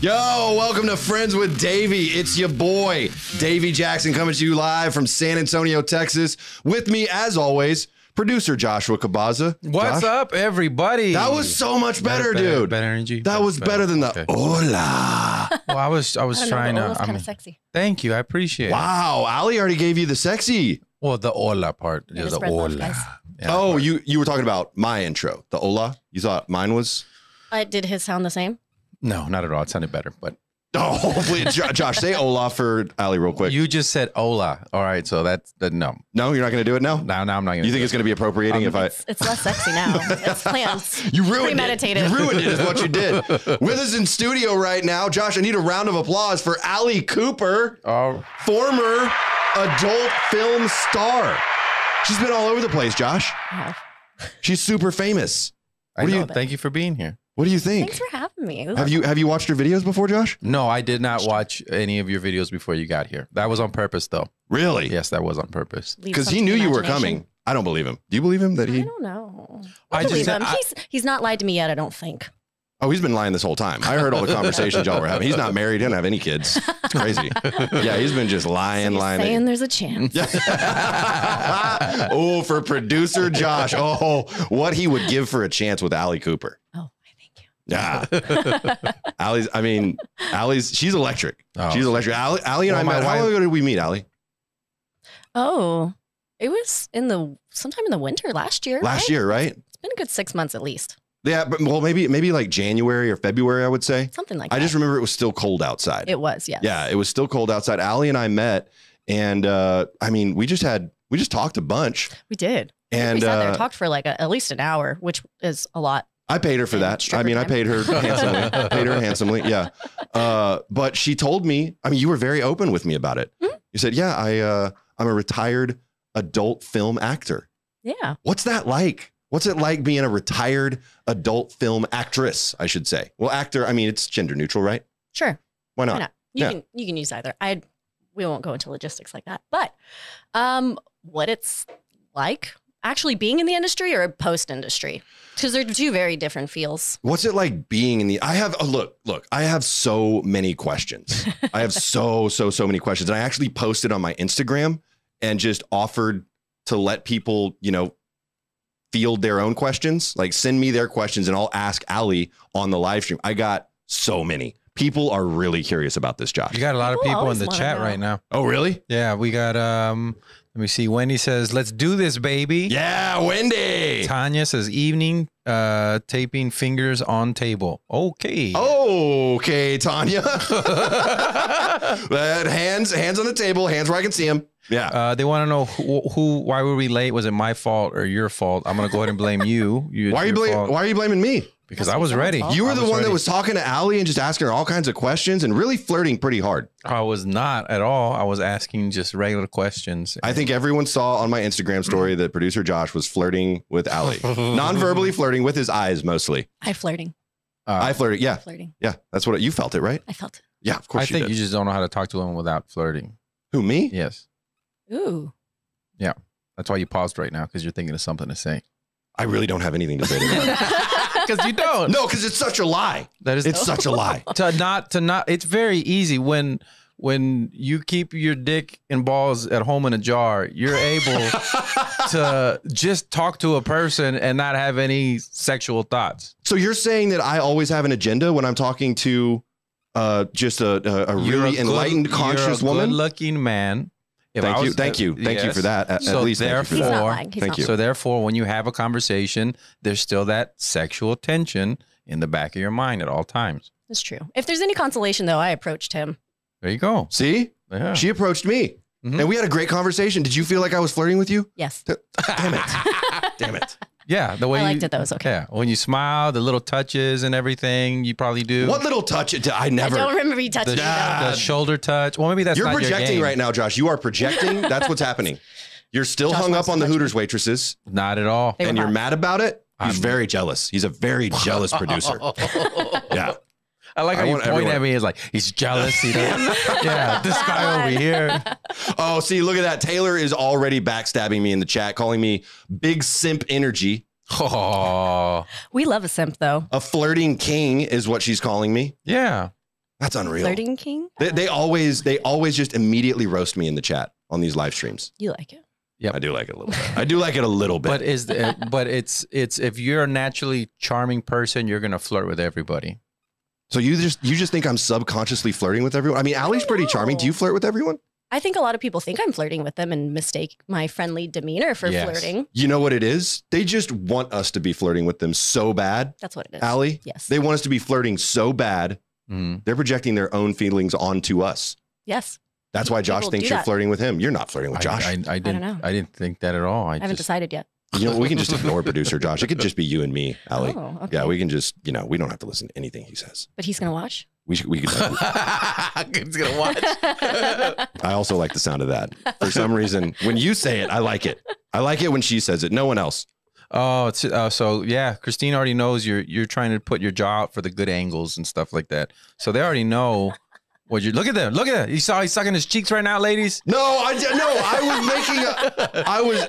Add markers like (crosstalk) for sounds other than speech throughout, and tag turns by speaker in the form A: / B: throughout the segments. A: Yo, welcome to Friends with Davey. It's your boy, Davey Jackson, coming to you live from San Antonio, Texas. With me, as always, producer Joshua Cabaza.
B: What's
A: Josh?
B: up, everybody?
A: That was so much better, dude.
B: Better energy.
A: That was better than the
B: (laughs)
A: hola.
B: Well, I was, I was
C: I don't
B: trying
C: know,
B: to. I
C: kind
B: mean,
C: of sexy.
B: thank you. I appreciate. it.
A: Wow, Ali already gave you the sexy.
B: Well, the hola part.
C: Yeah,
B: Yeah, the
C: just spread
B: hola.
C: love, guys.
B: Yeah.
A: oh, you you were talking about my intro, the hola. You thought mine was. (laughs)
C: Uh, did his sound the same?
B: No, not at all. It sounded better, but
A: Oh, hopefully, Jo- Josh, say hola for Ali real quick.
B: you just said hola. All right, so that's the no.
A: no, you're not going to do it now.
B: Now, now I'm not (laughs) gonna.
A: You think it's going to be appropriating
B: Um,
A: if I?
C: It's, it's less
A: (laughs)
C: sexy now. it's planned.
A: You ruined it.
C: premeditated.
A: You ruined it. Is what you did.
C: (laughs)
A: With us in studio right now, Josh. I need a round of applause for Ali Cooper,
B: Oh,
A: former adult film star. She's been all over the place, Josh.
C: Wow.
A: She's super famous.
B: I
A: What do
B: know.
A: you-
B: Thank you for being here.
A: What do you think?
C: Thanks for having me.
A: Have you have you watched her videos before, Josh?
B: No, I did not watch any of your videos before you got here. That was on purpose, though.
A: Really?
B: Yes, that was on purpose.
C: Leave
A: Because
C: some
A: he
C: to
A: knew
C: the
A: you were
C: imagination.
A: coming. I don't believe him. Do you believe him that
C: I
A: he?
C: don't know.
B: I
C: I,
B: just
C: believe
B: said-
C: him.
B: I-
C: he's he's not lied to me yet. I don't think.
A: Oh, he's been lying this whole time. I heard all the conversations y'all were having. He's not married. He doesn't have any kids. It's
C: (laughs)
A: crazy. Yeah, he's been just lying,
C: He's
A: lying.
C: saying there's a chance.
A: Yeah. (laughs) oh, for producer Josh. Oh, what he would give for a chance with Allie Cooper.
C: Oh, I
A: Yeah. Allie's, I mean, Allie's, she's electric.
B: (laughs) Oh.
A: She's electric. Allie, Allie and
B: Well,
A: I
B: my
A: met, how long
B: wife-
A: ago did we meet, Allie?
C: Oh, it was in the sometime in the winter last year.
A: Last
C: right?
A: year, right?
C: It's been a good six months at least.
A: Yeah, but well, maybe, maybe like January or February, I would say.
C: Something like
A: I
C: that.
A: just remember it was still cold outside.
C: it was yes.
A: Yeah, it was still cold outside. Allie and I met, and uh, I mean, we just had, we just talked a bunch.
C: we did. I think
A: And
C: we sat there
A: uh,
C: and talked for like a, at least an hour, which is a lot.
A: I paid her for
C: And
A: that. I
C: stripper
A: mean, I
C: time.
A: paid
C: (laughs)
A: her handsomely. paid her handsomely. Yeah. Uh, but she told me. I mean, you were very open with me about it.
C: Hmm?
A: You said, "Yeah, I uh, I'm a retired adult film actor.
C: Yeah.
A: What's that like? What's it like being a retired adult film actress? I should say. Well, actor. I mean, it's gender neutral, right?
C: Sure.
A: Why not?
C: Why not? You
A: Yeah.
C: can you can use either. I we won't go into logistics like that. But um what it's like actually being in the industry or post industry. Because they're two very different feels.
A: What's it like being in the? I have a look. Look, I have so many questions. I have so so so many questions. And I actually posted on my Instagram and just offered to let people, you know, field their own questions. Like send me their questions, and I'll ask Ali on the live stream. I got so many. People are really curious about this, Josh.
B: You got a lot of
C: People
B: people in
C: always
B: the
C: wanna
B: chat
C: know.
B: right now.
A: oh, really?
B: Yeah, we got um let me see. Wendy says, "Let's do this, baby."
A: Yeah, Wendy.
B: Tanya says, "Evening uh taping fingers on table." Okay.
A: Oh. Okay, Tanya. (laughs) But hands hands on the table, hands where I can see them. Yeah.
B: Uh, they want to know who, who, why were we late? Was it my fault or your fault? I'm gonna go ahead and blame you. (laughs) you
A: why are you
B: your
A: blaming?
B: fault.
A: Why are you blaming me?
B: Because
C: Must
B: I
C: be
B: was
C: someone's
B: ready.
C: fault.
A: You were
B: I
A: the one that
B: ready.
A: was talking to Allie and just asking her all kinds of questions and really flirting pretty hard.
B: I was not at all. I was asking just regular questions.
A: I
B: (laughs)
A: think everyone saw on my Instagram story that producer Josh was flirting with
B: (laughs)
A: Allie, non-verbally flirting with his eyes mostly.
C: I flirting.
A: I
B: Uh,
A: flirted.
C: I
A: Yeah,
C: flirting.
A: yeah, that's what it, you felt it, right?
C: I felt it.
A: Yeah, of course.
B: I think
A: did.
B: you just don't know how to talk to them without flirting.
A: Who me?
B: Yes,
A: (laughs)
C: Ooh.
B: that's why you paused right now because you're thinking of something
A: (laughs)
B: to say.
A: I really don't have anything to say. to that.
B: (laughs) Because you don't.
A: no, because it's such a lie.
B: That is
A: It's such a
B: (laughs)
A: lie.
B: to not to not it's very easy when when you keep your dick and balls at home in a jar you're
A: (laughs)
B: able to just talk to a person and not have any sexual thoughts
A: So you're saying that I always have an agenda when I'm talking to uh, just a, a, a
B: You're
A: really
B: a good-
A: enlightened, conscious
B: you're a
A: woman?
B: looking man If
A: Thank
B: I
A: you,
B: was-
A: thank you, thank you
B: Yes.
A: for that. At, at
B: So
A: least, thank you for
C: He's
A: that.
C: not
B: Four.
C: lying. He's
A: Thank
C: not
A: you.
B: so therefore when you have a conversation there's still that sexual tension in the back of your mind at all times
C: It's true. If there's any consolation though, I approached him.
B: there you go
A: See,
B: yeah.
A: She approached me
B: Mhm.
A: and we had a great conversation. Did you feel like I was flirting with
B: (laughs)
A: you?
C: Yes.
A: Damn it. Damn it.
B: yeah the way
C: I
B: you-
C: liked it though. It was okay.
B: yeah when you smile the little touches and everything you probably do
A: What little touch? It, I
C: I don't
A: never.
C: remember you touching
B: the,
C: me though.
A: Yeah.
B: the shoulder touch. Well, maybe that's
A: You're
B: not
A: projecting
B: your game.
A: right now, Josh. You are projecting. That's what's happening. You're still
C: Josh
A: hung
C: wants
A: up on the
C: to touch
A: Hooters waitresses
B: Not at
C: (laughs)
B: all.
C: They were
A: and you're
C: hot.
A: mad about it. He's
B: I'm-
A: very jealous. He's a
B: (laughs)
A: very jealous
C: (laughs)
A: producer. Yeah.
B: I like how
A: I
B: you
A: want
B: point
A: everyone.
B: at me. It's like he's jealous. You know? (laughs) yeah, this
C: That
B: guy over
C: one. (laughs)
B: here.
A: Oh, see, look at that. Taylor is already backstabbing me in the chat, calling me big simp energy.
B: Oh,
C: We love a simp though.
A: A flirting king is what she's calling me.
B: yeah.
A: That's unreal.
C: Flirting King.
A: They, they always they always just immediately roast me in the chat on these live streams.
C: you like it?
A: I do like it a little bit. I do like it a little bit.
B: But is the, but it's it's if you're a naturally charming person, you're gonna flirt with everybody.
A: so you just you just think I'm subconsciously flirting with everyone? I mean, Allie's pretty charming. Do you flirt with everyone?
C: I think a lot of people think I'm flirting with them and mistake my friendly demeanor for
B: Yes.
C: flirting.
A: You know what it is? They just want us to be flirting with them so bad,
C: That's what it is.
A: Allie.
C: Yes.
A: They want us to be flirting so bad.
B: Mm.
A: They're projecting their own feelings onto us.
C: yes.
A: That's why Josh
C: People
A: thinks
C: do
A: you're
C: that.
A: flirting with him. You're not flirting with Josh.
B: I, I, I didn't. I,
C: know.
B: didn't think that at all. I,
C: I haven't
B: just,
C: decided yet.
A: you know, we can
C: (laughs)
A: just ignore producer Josh. It could just be you and me, Allie.
C: Oh, okay.
A: Yeah, we can just, you know, we don't have to listen to anything he says.
C: But he's
A: (laughs)
C: gonna watch. (laughs)
A: We should, we could.
B: (laughs) He's gonna watch.
A: I also like the sound of that. For some reason, when you say it, I like it. I like it when she says it. No one else.
B: Oh, it's, uh, so yeah, Christine already knows you're you're trying to put your jaw out for the good angles and stuff like that. So they already know what you look at them. Look at that. You saw he's sucking his cheeks right now, ladies.
A: No, I di- no, I was making a I was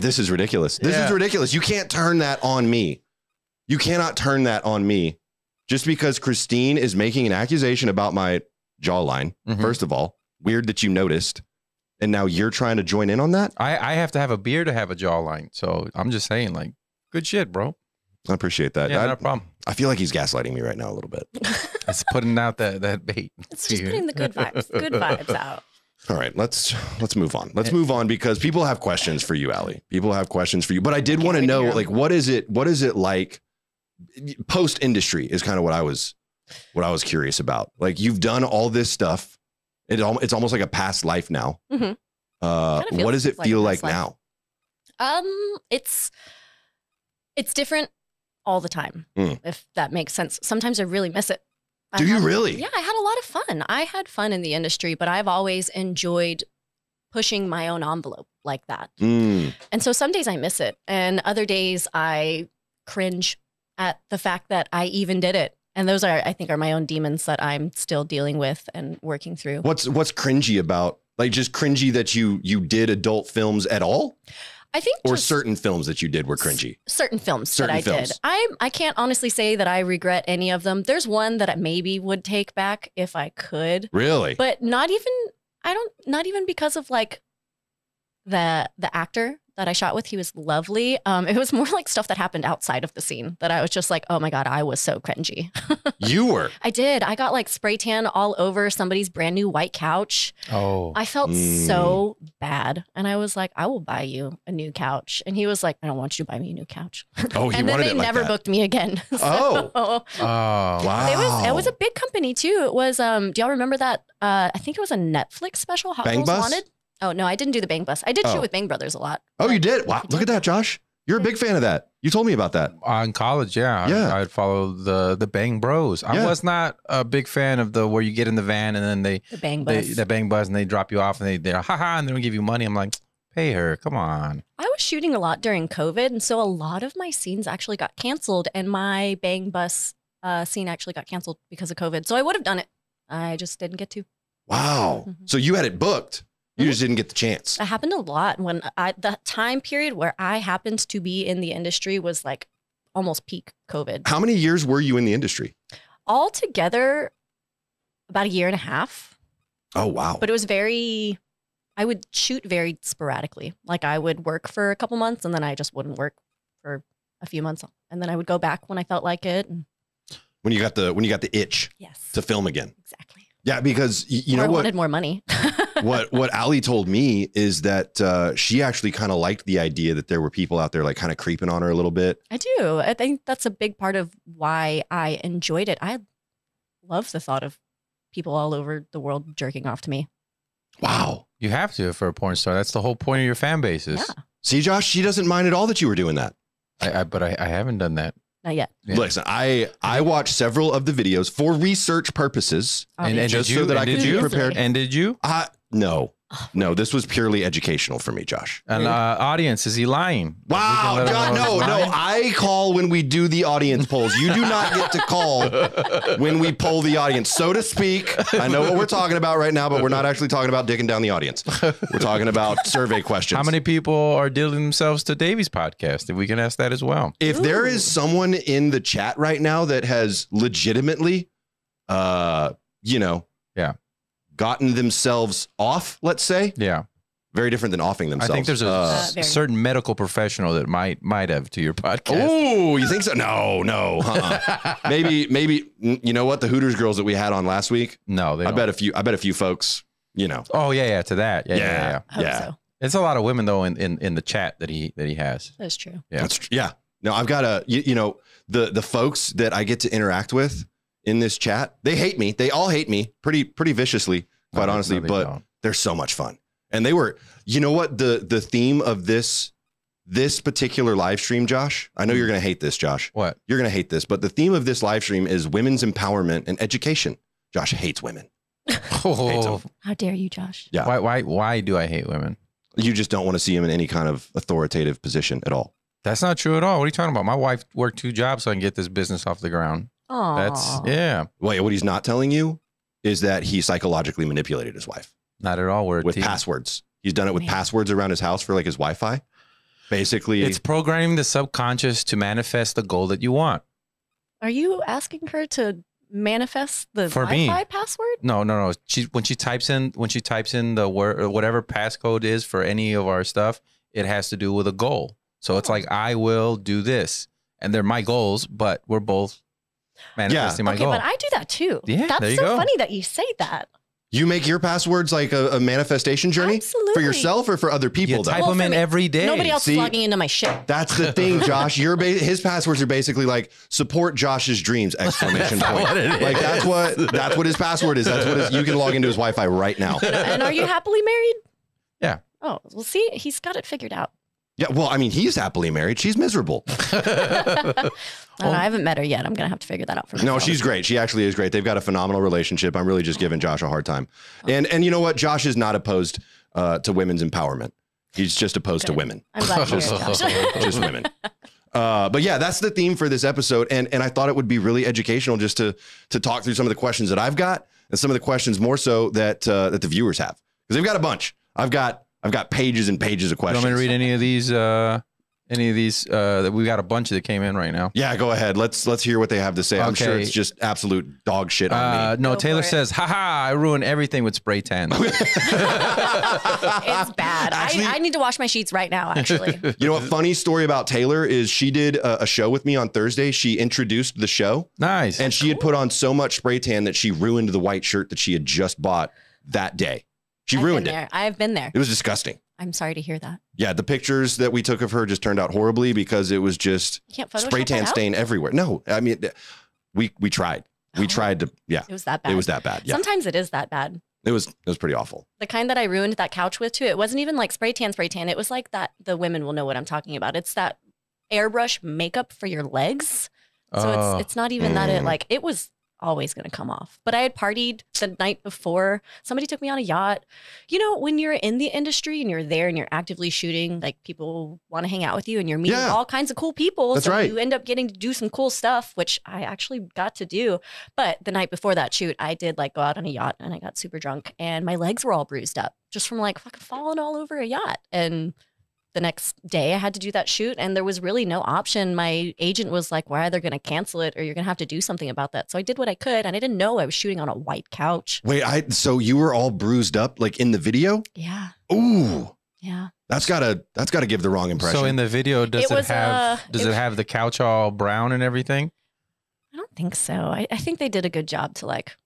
A: This is ridiculous. This
B: Yeah.
A: is ridiculous. You can't turn that on me. You cannot turn that on me just because Christine is making an accusation about my jawline.
B: Mhm.
A: First of all, weird that you noticed. And now you're trying to join in on that?
B: I I have to have a beard to have a jawline. So I'm just saying, like, good shit, bro.
A: I appreciate that.
B: Yeah,
A: I-
B: not a (laughs) problem.
A: I feel like he's gaslighting me right now a little bit.
B: It's putting out that that bait.
C: It's just putting the good
A: (laughs)
C: vibes, good vibes out.
A: All right, let's let's move on.
C: Eh.
A: Let's move on because people have questions for you, Allie. People have questions for you. But I did
C: Can't
A: want to
C: wait to
A: know
C: hear 'em.
A: like what is it what is it like post industry is kind of what I was what I was curious about. Like you've done all this stuff. It al- it's almost like a past life now.
C: Mhm.
A: Uh,
C: Kinda feels
A: what does it
C: like
A: feel like
C: past life.
A: now?
C: Um, it's it's different all the time.
A: Mm.
C: If that makes sense. Sometimes I really miss it. I
A: Do you
C: had-
A: really?
C: Yeah, I had a lot of fun. I had fun in the industry, but I've always enjoyed pushing my own envelope like that.
A: Mm,
C: And so some days I miss it, and other days I cringe at the fact that I even did it. And those are, I think, are my own demons that I'm still dealing with and working through.
A: What's what's cringy about like just cringy that you you did adult films at all,
C: I think
A: or
C: just-
A: certain films that you did were cringy.
C: certain films
A: Certain
C: that I did.
A: films.
C: I I can't honestly say that I regret any of them. There's one that I maybe would take back if I could,
A: Really?
C: but not even I don't not even because of like the the actor that I shot with. He was lovely. Um, it was more like stuff that happened outside of the scene that I was just like, oh my god, I was so cringy.
A: you
C: (laughs)
A: were.
C: I did. I got like spray tan all over somebody's brand new white couch.
B: Oh,
C: I felt
A: Mm.
C: so bad. And I was like, I will buy you a new couch. And he was like, I don't want you to buy me a new couch.
A: Oh, he
C: and then
A: wanted
C: they
A: it like
C: never
A: that.
C: booked me again. (laughs)
A: Oh.
C: So-
B: oh, wow.
A: Wow.
C: It was it was a big company too. It was um do y'all remember that uh I think it was a Netflix special Hot
A: Bang
C: Girls
A: Bus?
C: Wanted? Oh no, I didn't do the Bang Bus. I did
A: Oh.
C: shoot with Bang Brothers a lot.
A: Oh, you did? Wow. Look at that, Josh. You're a big fan of that. You told me about that.
B: On college, yeah,
A: Yeah.
B: I, I'd follow the the Bang Bros. I
A: Yeah.
B: was not a big fan of the where you get in the van and then they
C: The Bang
B: they,
C: Bus.
B: that bang buzz and they drop you off and they they're ha ha and they don't give you money. I'm like, pay her, come on.
C: I was shooting a lot during COVID, and so a lot of my scenes actually got canceled, and my Bang Bus uh, scene actually got canceled because of COVID. So I would have done it. I just didn't get to.
A: Wow.
C: Mhm.
A: So you had it booked.
C: Mm-hmm.
A: You just didn't get the chance.
C: That happened a lot when I the time period where I happened to be in the industry was like almost peak COVID.
A: How many years were you in the industry?
C: Altogether, about a year and a half,
A: Oh, wow.
C: but it was very. I would shoot very sporadically. Like I would work for a couple months, and then I just wouldn't work for a few months, and then I would go back when I felt like it. And
A: When you got the when you got the itch
C: yes,
A: to film again.
C: Exactly.
A: Yeah, because y- you
C: Or
A: know
C: I
A: what
C: wanted (laughs) more money.
A: what what Ali told me is that uh, she actually kind of liked the idea that there were people out there like kind of creeping on her a little bit.
C: I do. I think that's a big part of why I enjoyed it. I love the thought of people all over the world jerking off to me.
A: Wow.
B: You have to for a porn star. That's the whole point of your fan bases.
C: Yeah.
A: See, Josh, she doesn't mind at all that you were doing that.
B: I, I, but I, I haven't done that.
C: Not yet.
B: Yeah.
A: Listen, I I watched several of the videos for research purposes.
B: And, and
C: obviously.
B: did
A: Just
B: you?
A: so that
B: and
A: I
B: did
A: could
C: be
B: you?
C: prepared.
B: And did you?
A: I no. No, this was purely educational for me, Josh.
B: And
C: Rude.
B: uh, audience, is he lying? We can
A: Wow,
B: let him
A: God,
B: know
A: no,
B: he's
A: no.
B: lying.
A: I call when we do the audience polls. You do not get to
B: (laughs)
A: call when we poll the audience, so to speak. I know what we're talking about right now, but we're not actually talking about dicking down the audience. We're talking about survey questions.
B: How many people are dealing themselves to Davy's podcast? If we can ask that as well.
A: If there
C: Ooh.
A: is someone in the chat right now that has legitimately uh, you know,
B: Yeah.
A: gotten themselves off, let's say.
B: Yeah,
A: Very different than offing
B: I
A: themselves.
B: think there's a
A: Uh,
B: s- certain medical professional that might might have to your podcast.
A: Oh, you think so? No, no. Uh-uh. (laughs) maybe, maybe n- you know what the Hooters girls that we had on last week.
B: (laughs) no, they
A: I
B: don't.
A: bet a few. I bet a few folks. You know,
B: Oh yeah, yeah, to that. Yeah, yeah,
A: Yeah.
B: yeah. yeah.
C: I hope
A: Yeah.
C: so.
B: It's a lot of women though in, in in the chat that he that he has.
C: That's true.
B: Yeah.
A: That's tr- yeah. No, I've got a you, you know the the folks that I get to interact with in this chat. They hate me. They all hate me pretty pretty viciously,
B: No,
A: quite
B: they-
A: honestly.
B: no, they
A: but
B: don't.
A: they're so much fun, and they were. You know what the the theme of this this particular live stream, Josh. I know you're gonna hate this, Josh.
C: (laughs)
B: what?
A: You're gonna hate this, but the theme of this live stream is women's empowerment and education. Josh hates women.
B: (laughs) Oh,
C: How dare you, Josh?
A: Yeah.
B: why why why do I hate women?
A: You just don't want to see him in any kind of authoritative position at all.
B: That's not true at all. What are you talking about? My wife worked two jobs so I can get this business off the ground.
C: Aww.
B: That's yeah,
A: Wait, what he's not telling you is that he psychologically manipulated his wife.
B: not at all. We're a
A: with
B: team.
A: passwords. He's done it with
C: Man.
A: passwords around his house for like his Wi-Fi. Basically,
B: It's programming the subconscious to manifest the goal that you want.
C: Are you asking her to manifest the
B: For me.
C: Wi-Fi password?
B: No, no, no. She when she types in when she types in the word or whatever passcode is for any of our stuff, it has to do with a goal. So it's like I will do this, and they're my goals, but we're both manifesting my
C: okay,
B: goal.
C: but I do that too.
B: Yeah,
C: That's
B: there you
C: so
B: go.
C: funny that you say that.
A: you make your passwords like a, a manifestation journey
C: Absolutely.
A: for yourself or for other people.
B: you
A: though
B: type
C: Well,
B: them
C: for
B: in
C: me-
B: every day.
C: Nobody else
A: See-
C: is logging into my shit.
A: (laughs) that's the thing, Josh. Your ba- his passwords are basically like support Josh's dreams exclamation
B: (laughs) That's not
A: point.
B: what it
A: Like that's
B: is. (laughs)
A: what that's what his password is. That's what his, you can log into his Wi-Fi right
B: (laughs)
A: now.
C: and are (laughs) you happily married?
B: Yeah.
C: Oh, well, see, he's got it figured out.
A: Yeah, well, I mean, he's happily married. She's miserable.
C: I, don't know, I haven't met her yet. I'm gonna have to figure that out for
A: Oh. No,
C: myself.
A: she's great. She actually is great. They've got a phenomenal relationship. I'm really just giving Josh a hard time. And and you know what? Josh is not opposed uh, to women's empowerment. He's just opposed to
C: Good.
A: women.
C: I'm glad to hear it,
A: (laughs)
C: Josh.
A: just women. Uh, but yeah, that's the theme for this episode, and and I thought it would be really educational just to to talk through some of the questions that I've got and some of the questions more so that uh, that the viewers have because they've got a bunch. I've got I've got pages and pages of
B: You
A: questions.
B: want me to read any of these? Uh, any of these? Uh, that we got a bunch that came in right now.
A: yeah, go ahead. Let's let's hear what they have to say. I'm sure
B: Okay.
A: it's just absolute dog shit on
B: Uh, no,
C: Go
B: Taylor
C: for it.
B: says, haha, I ruin everything with spray tan.
C: it's bad.
A: (laughs) Actually-
C: I, I need to wash my sheets right now.
A: (laughs)
C: Actually,
A: me. You know, a funny story about Taylor is she did a, a show with me on Thursday. She introduced the show,
B: (laughs) nice.
A: and she had put on so much spray tan that she ruined the white shirt that she had just bought that day. She
C: I've
A: ruined it.
C: been There. I've been there.
A: It was disgusting.
C: I'm sorry to hear that.
A: Yeah, the pictures that we took of her just turned out horribly because it was just
C: You can't Photoshop
A: spray tan
C: that out?
A: stain everywhere. No, I mean, th- we we tried. We
C: Oh.
A: tried to. Yeah,
C: It was that bad.
A: it was that bad. Yeah,
C: Sometimes it is that bad.
A: it was it was pretty awful.
C: The kind that I ruined that couch with too. It wasn't even like spray tan, spray tan. It was like that. The women will know what I'm talking about. It's that airbrush makeup for your legs. So
B: Oh.
C: it's it's not even that it
A: Mm.
C: like it was always going to come off. But I had partied the night before. Somebody took me on a yacht. You know, when you're in the industry and you're there and you're actively shooting, like people want to hang out with you and you're meeting
A: Yeah.
C: all kinds of cool people.
A: That's
C: so
A: right.
C: you end up getting to do some cool stuff, which I actually got to do. But the night before that shoot, I did like go out on a yacht and I got super drunk and my legs were all bruised up just from like fucking falling all over a yacht and the next day I had to do that shoot and there was really no option. My agent was like, we're either going to cancel it or you're going to have to do something about that. So I did what I could and I didn't know I was shooting on a white couch.
A: Wait, I so you were all bruised up like in the video?
C: Yeah.
A: Ooh,
C: Yeah.
A: that's gotta that's gotta give the wrong impression.
B: So in the video, does
C: It
B: it,
C: was,
B: have
C: uh,
B: does
C: it
B: it,
C: was-
B: have the couch all brown and everything?
C: I don't think so. I, I think they did a good job to like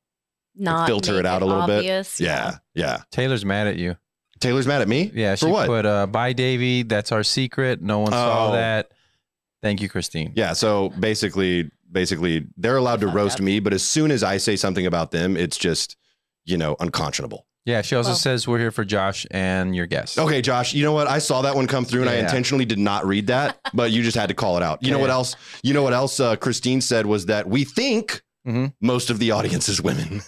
C: not
A: filter
C: make
A: it out a little bit.
C: obvious.
A: yeah, yeah.
B: Taylor's mad at you.
A: Taylor's mad at me.
B: Yeah, she
A: For what?
B: put uh, "Bye, Davy." That's our secret. No one saw
A: Oh.
B: that. Thank you, Christine.
A: Yeah. So basically, basically, they're allowed to
C: Fucked
A: roast
C: up.
A: me, but as soon as I say something about them, it's just you know unconscionable.
B: Yeah, she also
C: Well-
B: says we're here for Josh and your guests.
A: Okay, Josh, you know what? I saw that one come through and I
B: Yeah.
A: intentionally did not read
B: (laughs)
A: that, but you just had to call it out. You know
B: Yeah,
A: what
B: yeah.
A: else? You know what else uh, Christine said was that we think
B: Mhm.
A: most of the audience is
B: (laughs)
A: women.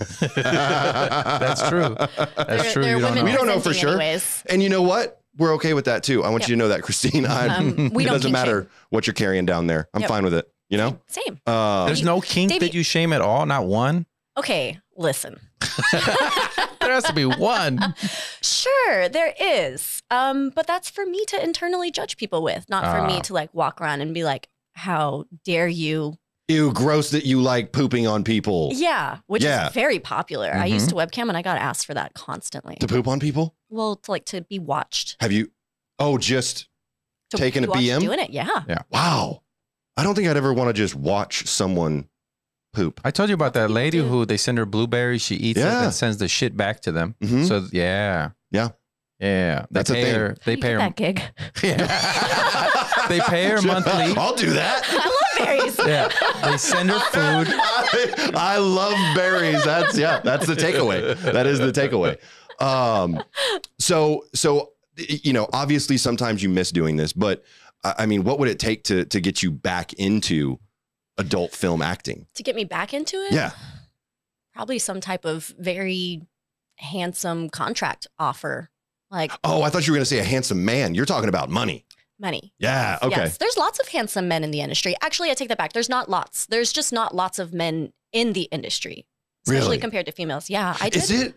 A: That's
B: true. That's
C: They're-
B: true.
C: they're
B: You don't
C: women
B: know.
A: We don't know for
C: presenting
A: sure.
C: Anyways.
A: And you know what? We're okay with that too. I want
C: Yep.
A: you to know that, Christine. (laughs) I'm,
C: Um,
A: (laughs)
C: we
A: it
C: don't
A: doesn't
C: kink
A: matter what you're carrying down there. I'm
C: Yep.
A: fine with it. You know?
C: shame. Same.
A: Uh,
B: There's no kink
C: Davey-
B: that you shame at all. Not one.
C: Okay. Listen.
B: There has to be one.
C: Sure, there is. Um, but that's for me to internally judge people with, not for
B: Ah.
C: me to like walk around and be like, how dare you
A: ew, gross that you like pooping on people.
C: Yeah, which
A: Yeah. Mm-hmm.
C: is very popular. I
B: Mhm.
C: used to webcam and I got asked for that constantly.
A: To poop on people?
C: well, to like to be watched.
A: Have you? Oh, just
C: To
A: Taking
C: be
A: a
C: watched
A: BM?
C: Doing it, yeah.
A: wow. I don't think I'd ever want to just watch someone poop.
B: (laughs) I told you about
C: That's what
B: that
C: people
B: lady
C: do.
B: who they send her blueberries, she eats
A: Yeah.
B: it and sends the shit back to them.
A: Mhm.
B: So yeah.
A: Yeah.
B: Yeah. They
A: That's a
B: pay
A: thing.
B: her they
C: You
B: pay
C: get
B: her
C: that gig.
B: (laughs)
C: (laughs)
A: (laughs)
B: They pay her monthly.
A: I'll do that.
C: I love
A: (laughs)
C: berries.
B: Yeah. They send her food.
A: I, I love berries. That's yeah. That's the takeaway. That is the takeaway. Um, so so you know, obviously, sometimes you miss doing this, but I I mean, what would it take to to get you back into adult film acting?
C: to get me back into it.
A: Yeah.
C: Probably some type of very handsome contract offer, like
A: Oh, I thought you were going to say a handsome man. You're talking about money.
C: money.
A: Yeah. Ah, Okay.
C: Yes, there's lots of handsome men in the industry. Actually, I take that back. There's not lots. There's just not lots of men in the industry, especially
A: Really?
C: compared to females. Yeah, I did.
A: Is it?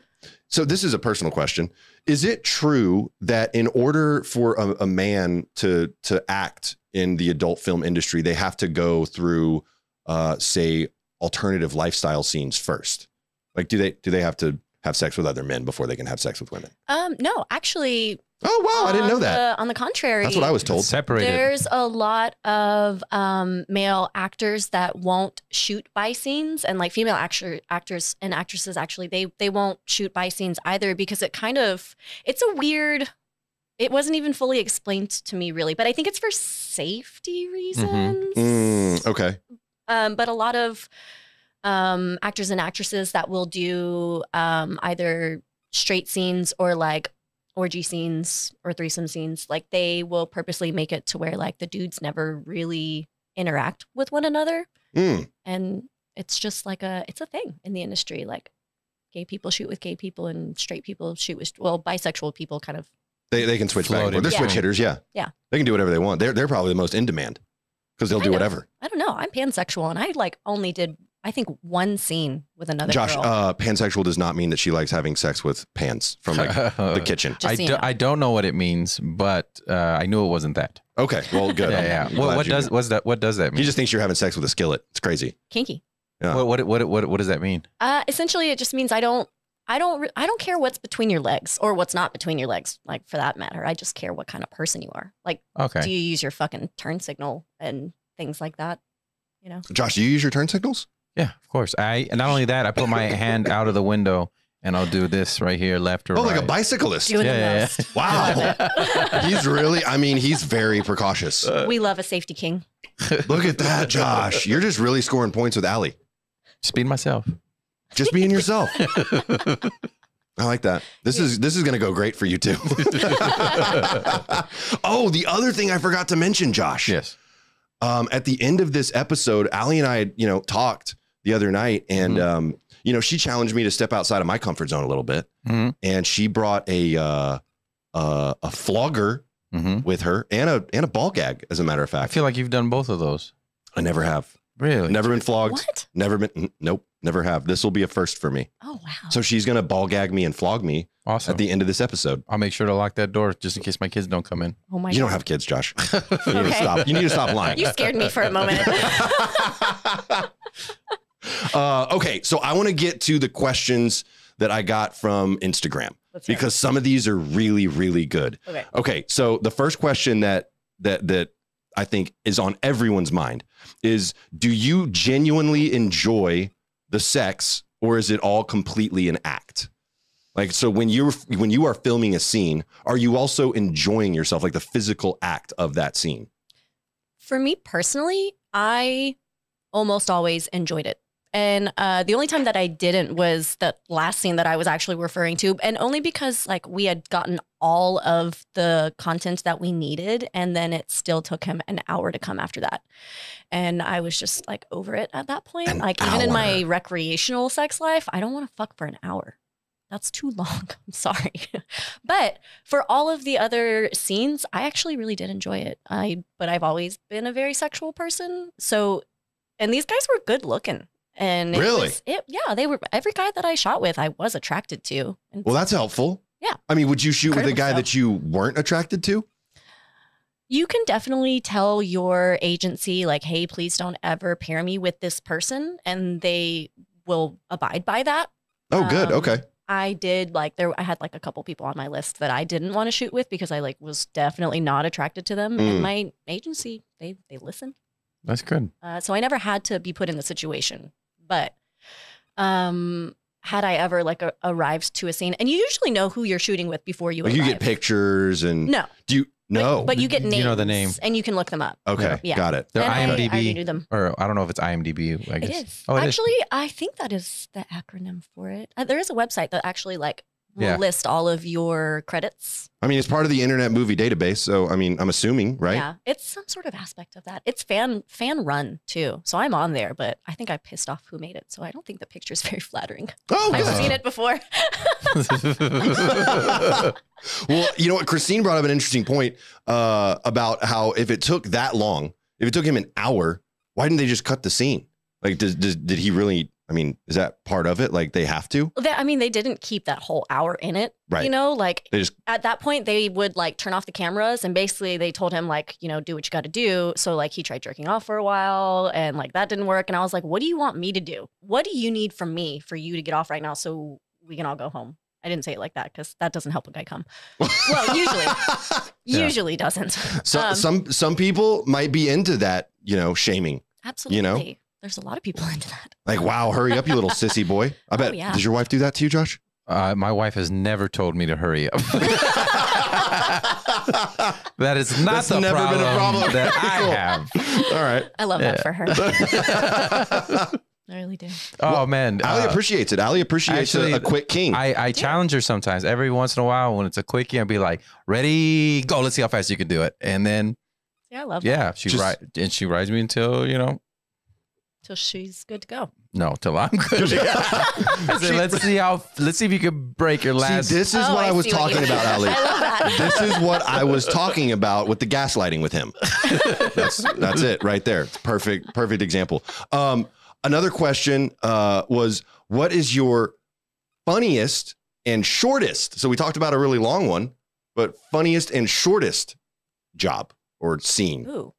A: So this is a personal question. Is it true that in order for a, a man to to act in the adult film industry, they have to go through, uh, say, alternative lifestyle scenes first? Like, do they do they have to have sex with other men before they can have sex with women?
C: Um, no, actually,
A: Oh wow, I didn't know
C: on
A: that.
C: the- on the contrary,
A: That's what I was told.
B: Separated.
C: There's a lot of um, male actors that won't shoot by scenes, and like female actor, actors and actresses actually they they won't shoot by scenes either because it kind of it's a weird. It wasn't even fully explained to me really, but I think it's for safety reasons.
A: Mm, okay.
C: Um, but a lot of um, actors and actresses that will do um, either straight scenes or like orgy scenes or threesome scenes, like they will purposely make it to where like the dudes never really interact with one another,
A: Mm,
C: and it's just like a it's a thing in the industry, like. Gay people shoot with gay people, and straight people shoot with well, bisexual people kind of.
A: they they can switch back. and forth. They're
C: Floating.
A: switch hitters. Yeah.
C: Yeah.
A: They can do whatever they want. They're they're probably the most in demand because they'll do
C: Kind of.
A: whatever.
C: I don't know. I'm pansexual, and I like only did I think one scene with another
A: Josh,
C: girl.
A: uh, pansexual does not mean that she likes having sex with pans from
B: (laughs)
A: like the kitchen.
C: Just
B: I,
C: so you
B: do,
C: know.
B: I don't know what it means, but uh, I knew it wasn't that.
A: Okay, well, good. I'm
B: Yeah, yeah.
A: glad
B: What, what
A: you
B: does
A: did.
B: what's that? What does that mean?
A: He just thinks you're having sex with a skillet. It's crazy.
C: Kinky.
A: Yeah.
B: what, what what what what does that mean?
C: Uh, essentially, it just means I don't, I don't, re- I don't care what's between your legs or what's not between your legs. Like for that matter, I just care what kind of person you are. Like, do
B: Okay.
C: you use your fucking turn signal and things like that? You know,
A: Josh, do you use your turn signals?
B: Yeah, of course. I and not only that, I put my hand out of the window and I'll do this right here, left or
A: Oh,
B: right.
A: like a bicyclist.
C: doing
B: Yeah, yeah,
C: the
B: yeah.
C: most. (laughs)
A: Wow. (laughs) he's uh, really, I mean, he's very precautious.
C: We love a safety king.
A: Look at that, Josh. You're just really scoring points with Allie. (laughs)
B: Speed myself.
A: Just being yourself. I like that. This is this is gonna go great for you too. (laughs) oh, the other thing I forgot to mention, Josh.
B: Yes.
A: um, at the end of this episode, Allie and I, you know, talked the other night, and
B: Mhm.
A: um, you know, she challenged me to step outside of my comfort zone a little bit,
B: hmm
A: and she brought a uh, uh, a flogger
B: hmm
A: with her and a and a ball gag. As a matter of
B: I
A: fact,
B: feel like you've done both of those.
A: I never have,
B: Really?
A: never been flogged,
C: What?
A: never been, n- nope, never have. This will be a first for me.
C: Oh wow.
A: So she's gonna ball gag me and flog me
B: Awesome.
A: at the end of this episode.
B: I'll make sure to lock that door just in case my kids don't come (laughs) in.
C: oh my.
A: You don't
C: God.
A: have kids, Josh. You need to
C: Okay.
A: stop. You need to stop
C: (laughs)
A: lying.
C: You scared me for a moment. (laughs)
A: uh, okay, so I want to get to the questions that I got from Instagram
C: Let's hear
A: (laughs)
C: it.
A: because some of these are really, really good.
C: okay.
A: Okay, so the first question that that that I think is on everyone's mind is: Do you genuinely enjoy the sex, or is it all completely an act? Like, so when you're when you are filming a scene, are you also enjoying yourself, like the physical act of that scene?
C: For me personally, I almost always enjoyed it. And uh, the only time that I didn't was that last scene that I was actually referring to, and only because like we had gotten all of the content that we needed, and then it still took him an hour to come after that, and I was just like over it at that point.
A: An
C: like even in my
A: hour.
C: recreational sex life, I don't want to fuck for an hour. That's too long. (laughs) I'm sorry, but for all of the other scenes, I actually really did enjoy it. I but I've always been a very sexual person, so and these guys were good looking. And it
A: Really?
C: was- it, yeah, they were. Every guy that I shot with, I was attracted to. And
A: Well, that's helpful.
C: Yeah.
A: I mean, would you shoot with a
C: Incredible
A: guy
C: stuff.
A: that you weren't attracted to?
C: you can definitely tell your agency like hey please don't ever pair me with this person and they will abide by that
A: Oh, good.
C: Um,
A: Okay.
C: I did like there I had like a couple people on my list that I didn't want to shoot with because I like was definitely not attracted to them
A: Mm.
C: and my agency they they listened.
B: That's good.
C: Uh, so I never had to be put in the situation. But um had I ever like a- arrived to a scene and you usually know who you're shooting with before you
A: Like you
C: arrive.
A: get pictures and
C: No.
A: do you
C: But-
A: no?
C: But you get names
B: You know the name.
C: and you can look them up.
A: okay,
C: Yeah.
A: got it.
B: Oh, They're
C: and I- I, already
B: IMDb.
C: knew them.
B: Or I don't know if it's IMDb. I
C: It
B: guess.
C: is.
B: Oh, it is.
C: actually, I think that is the acronym for it. Uh, there is a website that actually like will
B: Yeah.
C: list all of your credits.
A: I mean, it's part of the Internet Movie Database, so I mean, I'm assuming, right?
C: Yeah, it's some sort of aspect of that. It's fan fan run too, so I'm on there. But I think I pissed off who made it, so I don't think the picture is very flattering.
A: Oh,
C: I've
A: good.
B: Uh.
C: seen it before.
B: (laughs)
A: well, you know what? Christine brought up an interesting point uh, about how if it took that long, if it took him an hour, why didn't they just cut the scene? Like, does, does, did he really? I mean, is that part of it? Like, they have to?
C: That- I mean, they didn't keep that whole hour in it.
A: Right.
C: You know, like
A: They just-
C: at that point they would like turn off the cameras and basically they told him like you know do what you got to do. So like he tried jerking off for a while and like that didn't work. And I was like, what do you want me to do? What do you need from me for you to get off right now so we can all go home? I didn't say it like that because that doesn't help a guy come. Well,
A: (laughs)
C: usually.
B: Yeah.
C: Usually doesn't.
A: so,
C: Um,
A: some some people might be into that, you know, shaming.
C: Absolutely. There's a lot of people (laughs) into that.
A: Like, wow, hurry up, you
C: (laughs)
A: little sissy boy. I bet.
C: Oh, yeah.
A: Does your wife do that to you,
C: (laughs)
A: Josh?
B: uh, my wife has never told me to hurry up.
A: All
B: (laughs) that is not
A: That's
B: the
A: never been a
B: problem,
A: problem.
B: that (laughs)
A: Cool.
B: I have. (laughs)
A: right.
C: I love that
B: Yeah.
A: (laughs)
C: for her.
A: Ali
C: I really do.
B: Oh
A: Well,
B: man, uh,
A: appreciates it. Ali appreciates a-
B: actually,
A: a, quick king. (laughs)
B: I, I challenge her sometimes. Every once in a while, when it's a quickie, I'll be like, "Ready, go! Let's see how fast you can do it." And then,
C: Yeah, I love yeah.
B: yeah, she
A: Just-
B: ride and she rides me until you know,
C: Till she's good to go.
B: no, till I'm good. (laughs) I said, let's see how. Let's see if you can break your last.
A: See, this is
C: Oh,
A: what I, was
C: see what you
A: talking
C: mean.
A: about, Ali.
C: (laughs) I love that.
A: This is what I was talking about with the gaslighting with him. That's that's it right there. It's perfect, perfect example. Um, another question uh, was, what is your funniest and shortest? So we talked about a really long one, but funniest and shortest job or scene.
C: Ooh.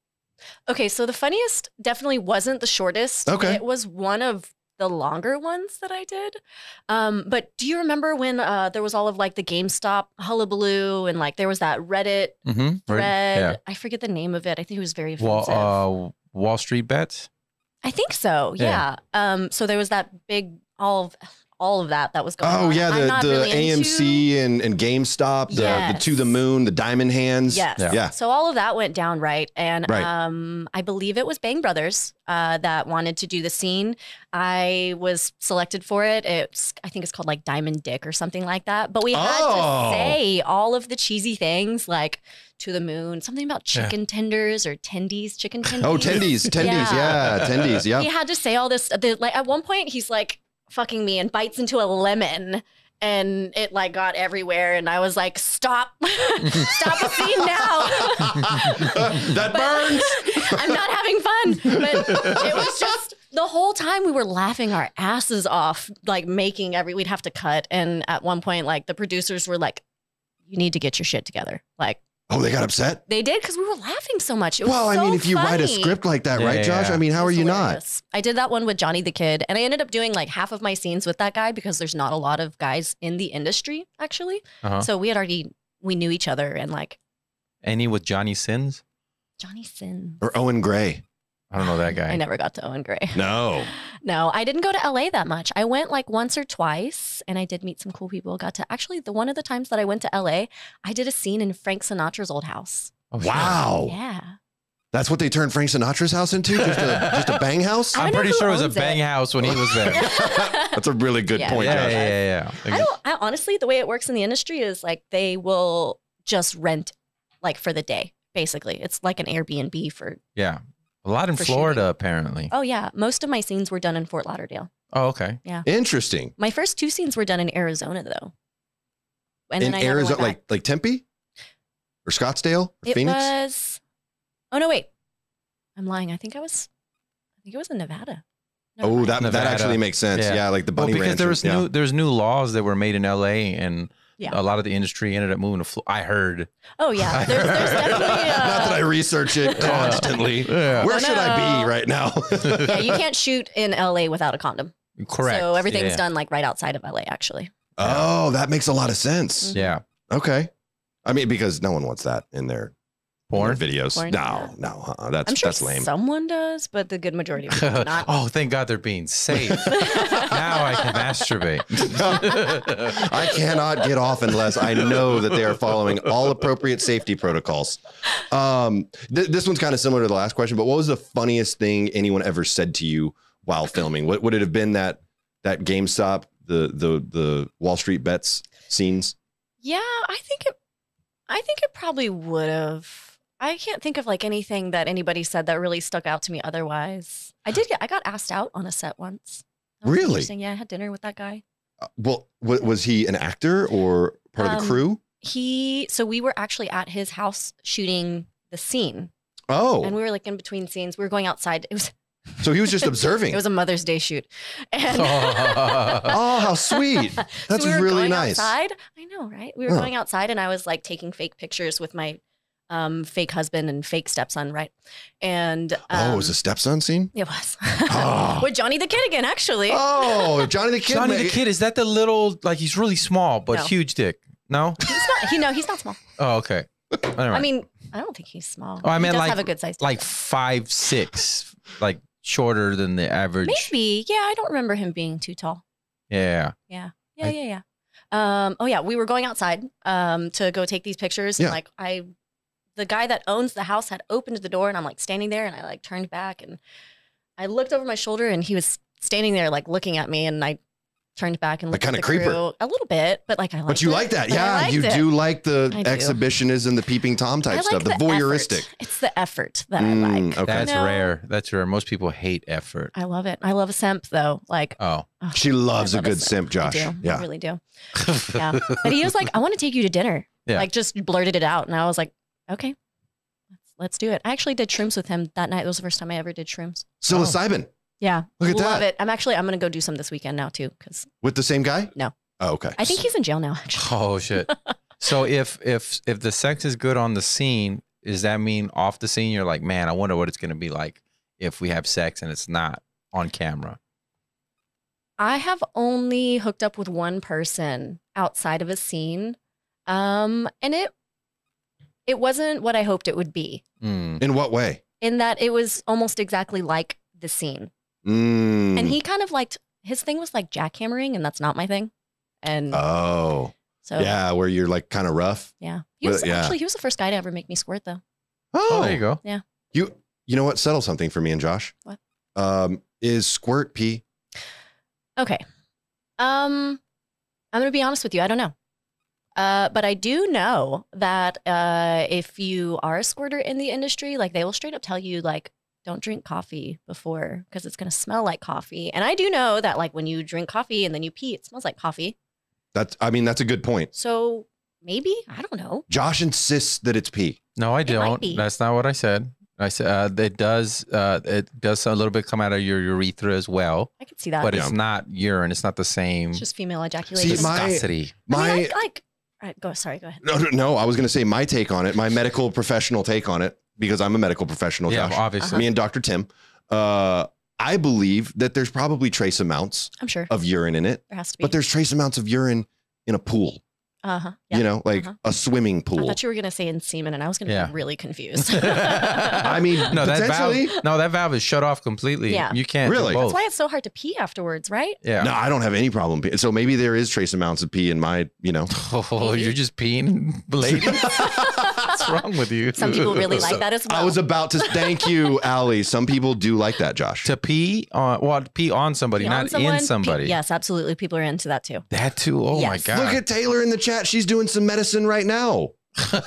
C: Okay, so the funniest definitely wasn't the shortest.
A: Okay.
C: It was one of the longer ones that I did. Um, but do you remember when uh, there was all of like the GameStop hullabaloo and like there was that Reddit
B: Mhm.
C: thread?
B: Yeah.
C: I forget the name of it. I think it was very offensive.
B: Wall, uh, Wall Street bets.
C: I think so.
B: Yeah.
C: Yeah. Um. So there was that big all of all of that that was going.
A: Oh
C: on.
A: yeah,
C: I'm
A: the,
C: not
A: the
C: really into-
A: AMC and, and GameStop, the, the
C: Yes.
A: to the moon, the diamond hands.
C: Yes.
B: Yeah.
A: Yeah.
C: So all of that went down right, and
A: Right.
C: um, I believe it was Bang Brothers uh, that wanted to do the scene. I was selected for it. It's I think it's called like Diamond Dick or something like that. But we had
A: Oh.
C: to say all of the cheesy things like to the moon, something about
B: Yeah.
C: chicken tenders or tendies, chicken
A: (laughs)
C: tendies.
A: Oh, tendies, tendies, yeah,
B: Yeah.
A: tendies, yeah.
C: (laughs) He had to say all this. The, like at one point, he's like fucking me and bites into a lemon, and it like got everywhere. And I was like, "Stop, (laughs) stop the scene now!
A: (laughs) (laughs) that
C: But-
A: burns.
C: (laughs) I'm not having fun." But it was just the whole time we were laughing our asses off, like making every. We'd have to cut, and at one point, like the producers were like, "You need to get your shit together." Like
A: Oh, they got upset.
C: they did because we were laughing so much. It was
A: Well, I mean,
C: so
A: if you write a
C: funny.
A: script like that,
B: Yeah,
A: right,
B: yeah,
A: Josh?
B: yeah.
A: I mean, how are
C: It was
A: you not?
C: hilarious. I did that one with Johnny the Kid, and I ended up doing like half of my scenes with that guy because there's not a lot of guys in the industry actually.
B: Uh-huh.
C: So we had already we knew each other and like
B: Any with Johnny Sins?
C: Johnny Sin.
A: Or Owen Gray?
B: I don't know that guy.
C: I never got to Owen Gray.
A: No.
C: No, I didn't go to LA that much. I went like once or twice, and I did meet some cool people. Got to actually the one of the times that I went to LA, I did a scene in Frank Sinatra's old house.
B: Oh, shit.
A: Wow,
C: (laughs) Yeah,
A: that's what they turned Frank Sinatra's house (laughs) into? Just a just a bang house?
C: I
B: I'm
C: don't know
B: pretty
C: who
B: sure it was a
C: owns
B: bang
C: it.
B: house when he was
C: (laughs)
B: there. yeah,
C: I
A: That's a really good
C: Yeah.
A: point,
B: yeah,
A: Josh.
B: yeah, yeah.
C: don't. I honestly, the way it works in the industry is like they will just rent like for the day. Basically, it's like an Airbnb for
B: Yeah. A lot in
C: For
B: Florida, apparently.
C: Oh yeah, most of my scenes were done in Fort Lauderdale.
B: Oh, okay.
A: Interesting.
C: My first two scenes were done in Arizona though. And
A: In
C: never went
A: Arizona,
C: back.
A: like like Tempe or Scottsdale or
C: it
A: Phoenix?
C: was. Oh no, wait, I'm lying. I think I was. I think it was in Nevada. Never
A: Oh,
C: mind.
A: that that
B: Nevada.
A: actually makes sense. Yeah,
B: Yeah.
A: like the
B: Well,
A: bunny
B: because
A: ranch.
B: there was
A: yeah.
B: new there's new laws that were made in LA and
C: Yeah.
B: a lot of the industry ended up moving to Florida. I heard.
A: (laughs)
C: Oh yeah, there's, there's definitely. Uh,
A: Not that I research it
B: Yeah.
A: constantly.
B: (laughs) Yeah,
A: Where should I be
C: no.
A: right now? (laughs)
C: yeah, you can't shoot in LA without a condom.
B: correct.
C: So everything's
B: yeah.
C: done like right outside of LA, actually.
A: oh, that makes a lot of sense.
C: Mhm.
B: Yeah,
A: Okay. I mean, because no one wants that in their, in their
B: porn.
A: videos.
C: Porn, yeah.
A: no, no, uh-uh. that's
C: I'm sure
A: that's lame.
C: someone does, but the good
A: (laughs)
C: majority of people do not.
B: (laughs) oh, thank God they're being safe.
C: (laughs)
A: Oh,
B: now I can
A: (laughs)
B: masturbate.
A: I cannot get off unless I know that they are following all appropriate safety protocols. Um, th- this one's kind of similar to the last question, but what was the funniest thing anyone ever said to you while filming? What would it have been that that GameStop the the the Wall Street bets scenes?
C: Yeah, I think it. I think it probably would have. I can't think of like anything that anybody said that really stuck out to me. Otherwise, I did get. I got asked out on a set once. That was
A: Really?
C: interesting. Yeah, I had dinner with that guy.
A: Uh, Well, wa- was he an actor or part of the
C: Um,
A: crew?
C: He. So we were actually at his house shooting the scene, and
A: Oh,
C: we were like in between scenes. We were going outside. It was.
A: so he was (laughs) just observing.
C: (laughs) It was a Mother's Day shoot, and.
A: oh, how (laughs) sweet! That's
C: (laughs) so we were
A: really
C: going
A: nice.
C: Outside. I know, right? We were
A: Huh.
C: going outside, and I was like taking fake pictures with my um, fake husband and fake stepson, right? And um,
A: oh, it was a stepson
B: (laughs)
A: scene.
C: it was
A: Oh.
C: (laughs) with Johnny the Kid again, actually.
A: Oh, Johnny the Kid.
B: (laughs) Johnny
A: ma-
B: the Kid is that the little like he's really small but
C: No.
B: huge dick?
A: (laughs)
B: No.
C: He's not. He no, he's not small.
B: Oh, okay. Anyway.
C: I mean, I don't think he's small.
B: Oh, I
C: He
B: meant
C: does
B: like-
C: have a good size.
B: like five six, like shorter than the average.
C: maybe. Yeah, I don't remember him being too tall.
B: Yeah.
C: Yeah,
B: I-
C: yeah, yeah. Um, oh yeah, we were going outside um, to go take these pictures.
A: Yeah.
C: And, like I, the guy that owns the house had opened the door, and I'm like standing there, and I like turned back, and I looked over my shoulder, and he was standing there like looking at me, and I turned back and
A: Like,
C: looked at
A: kinda
C: the
A: creeper.
C: crew a little bit, but like I liked
A: But you
C: it.
A: like that.
C: I
A: Yeah,
C: liked
A: you
C: it.
A: do like the
C: I do.
A: exhibitionism, the peeping Tom
C: I
A: type
C: like
A: stuff, the,
C: effort.
A: voyeuristic.
C: It's the effort that I
A: Mm,
C: like.
A: okay.
B: That's
C: No.
B: rare. That's rare. Most people hate effort.
C: I love it. I love a simp though. Like
B: Oh.
C: oh,
A: She loves
C: I
A: a
C: love
A: good simp, Josh.
C: I do. I
A: Yeah.
C: really (laughs) do. Yeah. But he was like, I want to take you to dinner.
B: Yeah.
C: Like just blurted it out. And I was like, okay, let's, let's do it. I actually did shrooms with him that night. It was the first time I ever did shrooms.
A: Psilocybin
C: Yeah.
A: Look at
C: Love
A: that.
C: it. I'm actually, I'm going to go do some this weekend now too. Cause
A: with the same guy?
C: No.
A: Oh, okay.
C: I think he's in jail now actually.
B: Oh shit. so if if if the sex is good on the scene, does that mean off the scene you're like, man, I wonder what it's gonna be like if we have sex and it's not on camera?
C: (laughs) I have only hooked up with one person outside of a scene. Um, and it, it wasn't what I hoped it would be
B: Mm.
A: In what way?
C: in that it was almost exactly like the scene.
A: Mm.
C: And he kind of liked, his thing was like jackhammering and that's not my thing. And
A: Oh,
C: so
A: yeah, where you're like kind of rough.
C: Yeah. He
A: But-
C: was
A: yeah.
C: actually he was the first guy to ever make me squirt though.
B: Oh, there you go.
A: You you know what? Settle something for me and Josh.
C: What?
A: Um, is squirt pee?
C: Okay. Um I'm going to be honest with you, I don't know. Uh, but I do know that uh, if you are a squirter in the industry, like they will straight up tell you, like, don't drink coffee before because it's going to smell like coffee. And I do know that, like, when you drink coffee and then you pee, it smells like coffee.
A: That's I mean, that's a good point.
C: So maybe, I don't know.
A: Josh insists that it's pee.
B: No, I
C: might
B: don't.
C: be.
B: That's not what I said. I said uh, it does. Uh, it does a little bit come out of your urethra as well,
C: I could see that.
B: but
A: Yeah.
B: it's not urine. It's not the same
C: it's just female ejaculation.
A: See, my-
B: viscosity.
A: My
C: I mean, I, like, all right, go, sorry, go ahead.
A: no, no, no, I was gonna say my take on it, my medical professional take on it, because I'm a medical professional,
B: yeah,
A: Josh.
B: obviously.
A: me and Dr. Tim, uh, I believe that there's probably trace amounts
C: I'm sure
A: of urine in it,
C: there has to be.
A: but there's trace amounts of urine in a pool,
C: uh huh. Yeah.
A: you know, like
C: Uh-huh.
A: a swimming
C: I
A: pool.
C: thought you were gonna say in semen, and I was gonna
B: Yeah.
C: be really
A: (laughs)
C: confused. (laughs)
A: I
C: That's
A: mean,
B: no, that
A: potentially.
B: valve. No, that valve is shut off completely.
C: Uh-huh. Yeah.
B: you can't do
A: Really? That's
B: both.
C: why it's so hard to pee afterwards, right?
B: yeah.
A: No, I don't have any problem. peeing. So maybe there is trace amounts of pee in my, you
B: (laughs)
A: know.
B: (laughs) Oh, you're just peeing, (laughs) lady.
C: (laughs)
B: What's wrong with you?
A: (laughs)
C: Some people really like
A: So,
C: that as well.
A: I was about to thank you, Allie. Some people do like that, Josh.
B: (laughs) to pee on well, pee on somebody,
C: Pee on
B: not
C: someone,
B: in
C: pee-
B: somebody.
C: yes, absolutely. People are into
A: (laughs)
C: that too.
B: That too. Oh my
C: Yes.
B: god.
A: Look at Taylor in the chat. She's doing some medicine right now.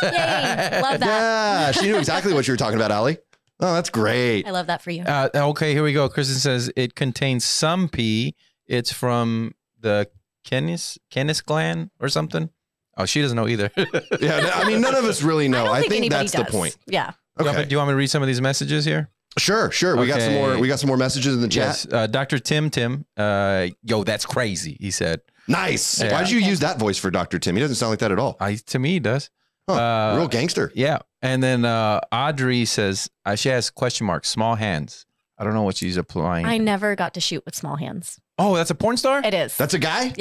C: Yay! Love that.
A: Yeah, she knew exactly what you were talking about, Allie. Oh, that's great.
C: I love that for you.
B: Uh, okay, here we go. Kristen says it contains some pee. It's from the Kennis Kennis gland or something. Oh, she doesn't know either. (laughs)
A: Yeah, I mean, none of us really know.
C: don't
A: I
C: anybody
A: that's the
C: does.
A: point.
C: Yeah.
B: Do you want me-
A: Okay.
B: Do you want me to read some of these messages here?
A: Sure, sure. We got some
B: Okay.
A: more. We got some more messages in the chat.
B: Yes, uh, Dr. Tim Tim. Uh, yo, that's crazy. He said.
A: Nice.
B: Yeah.
A: Why did you
C: Okay.
A: use that voice for Doctor Tim? He doesn't sound like that at all.
B: I to me Uh, he does.
A: Huh,
B: Uh,
A: Real gangster.
B: Yeah. And then uh, Audrey says uh, she has question mark small hands. I don't know what she's applying.
C: I never got to shoot with small hands.
B: oh, that's a porn star.
C: It is.
A: That's a guy.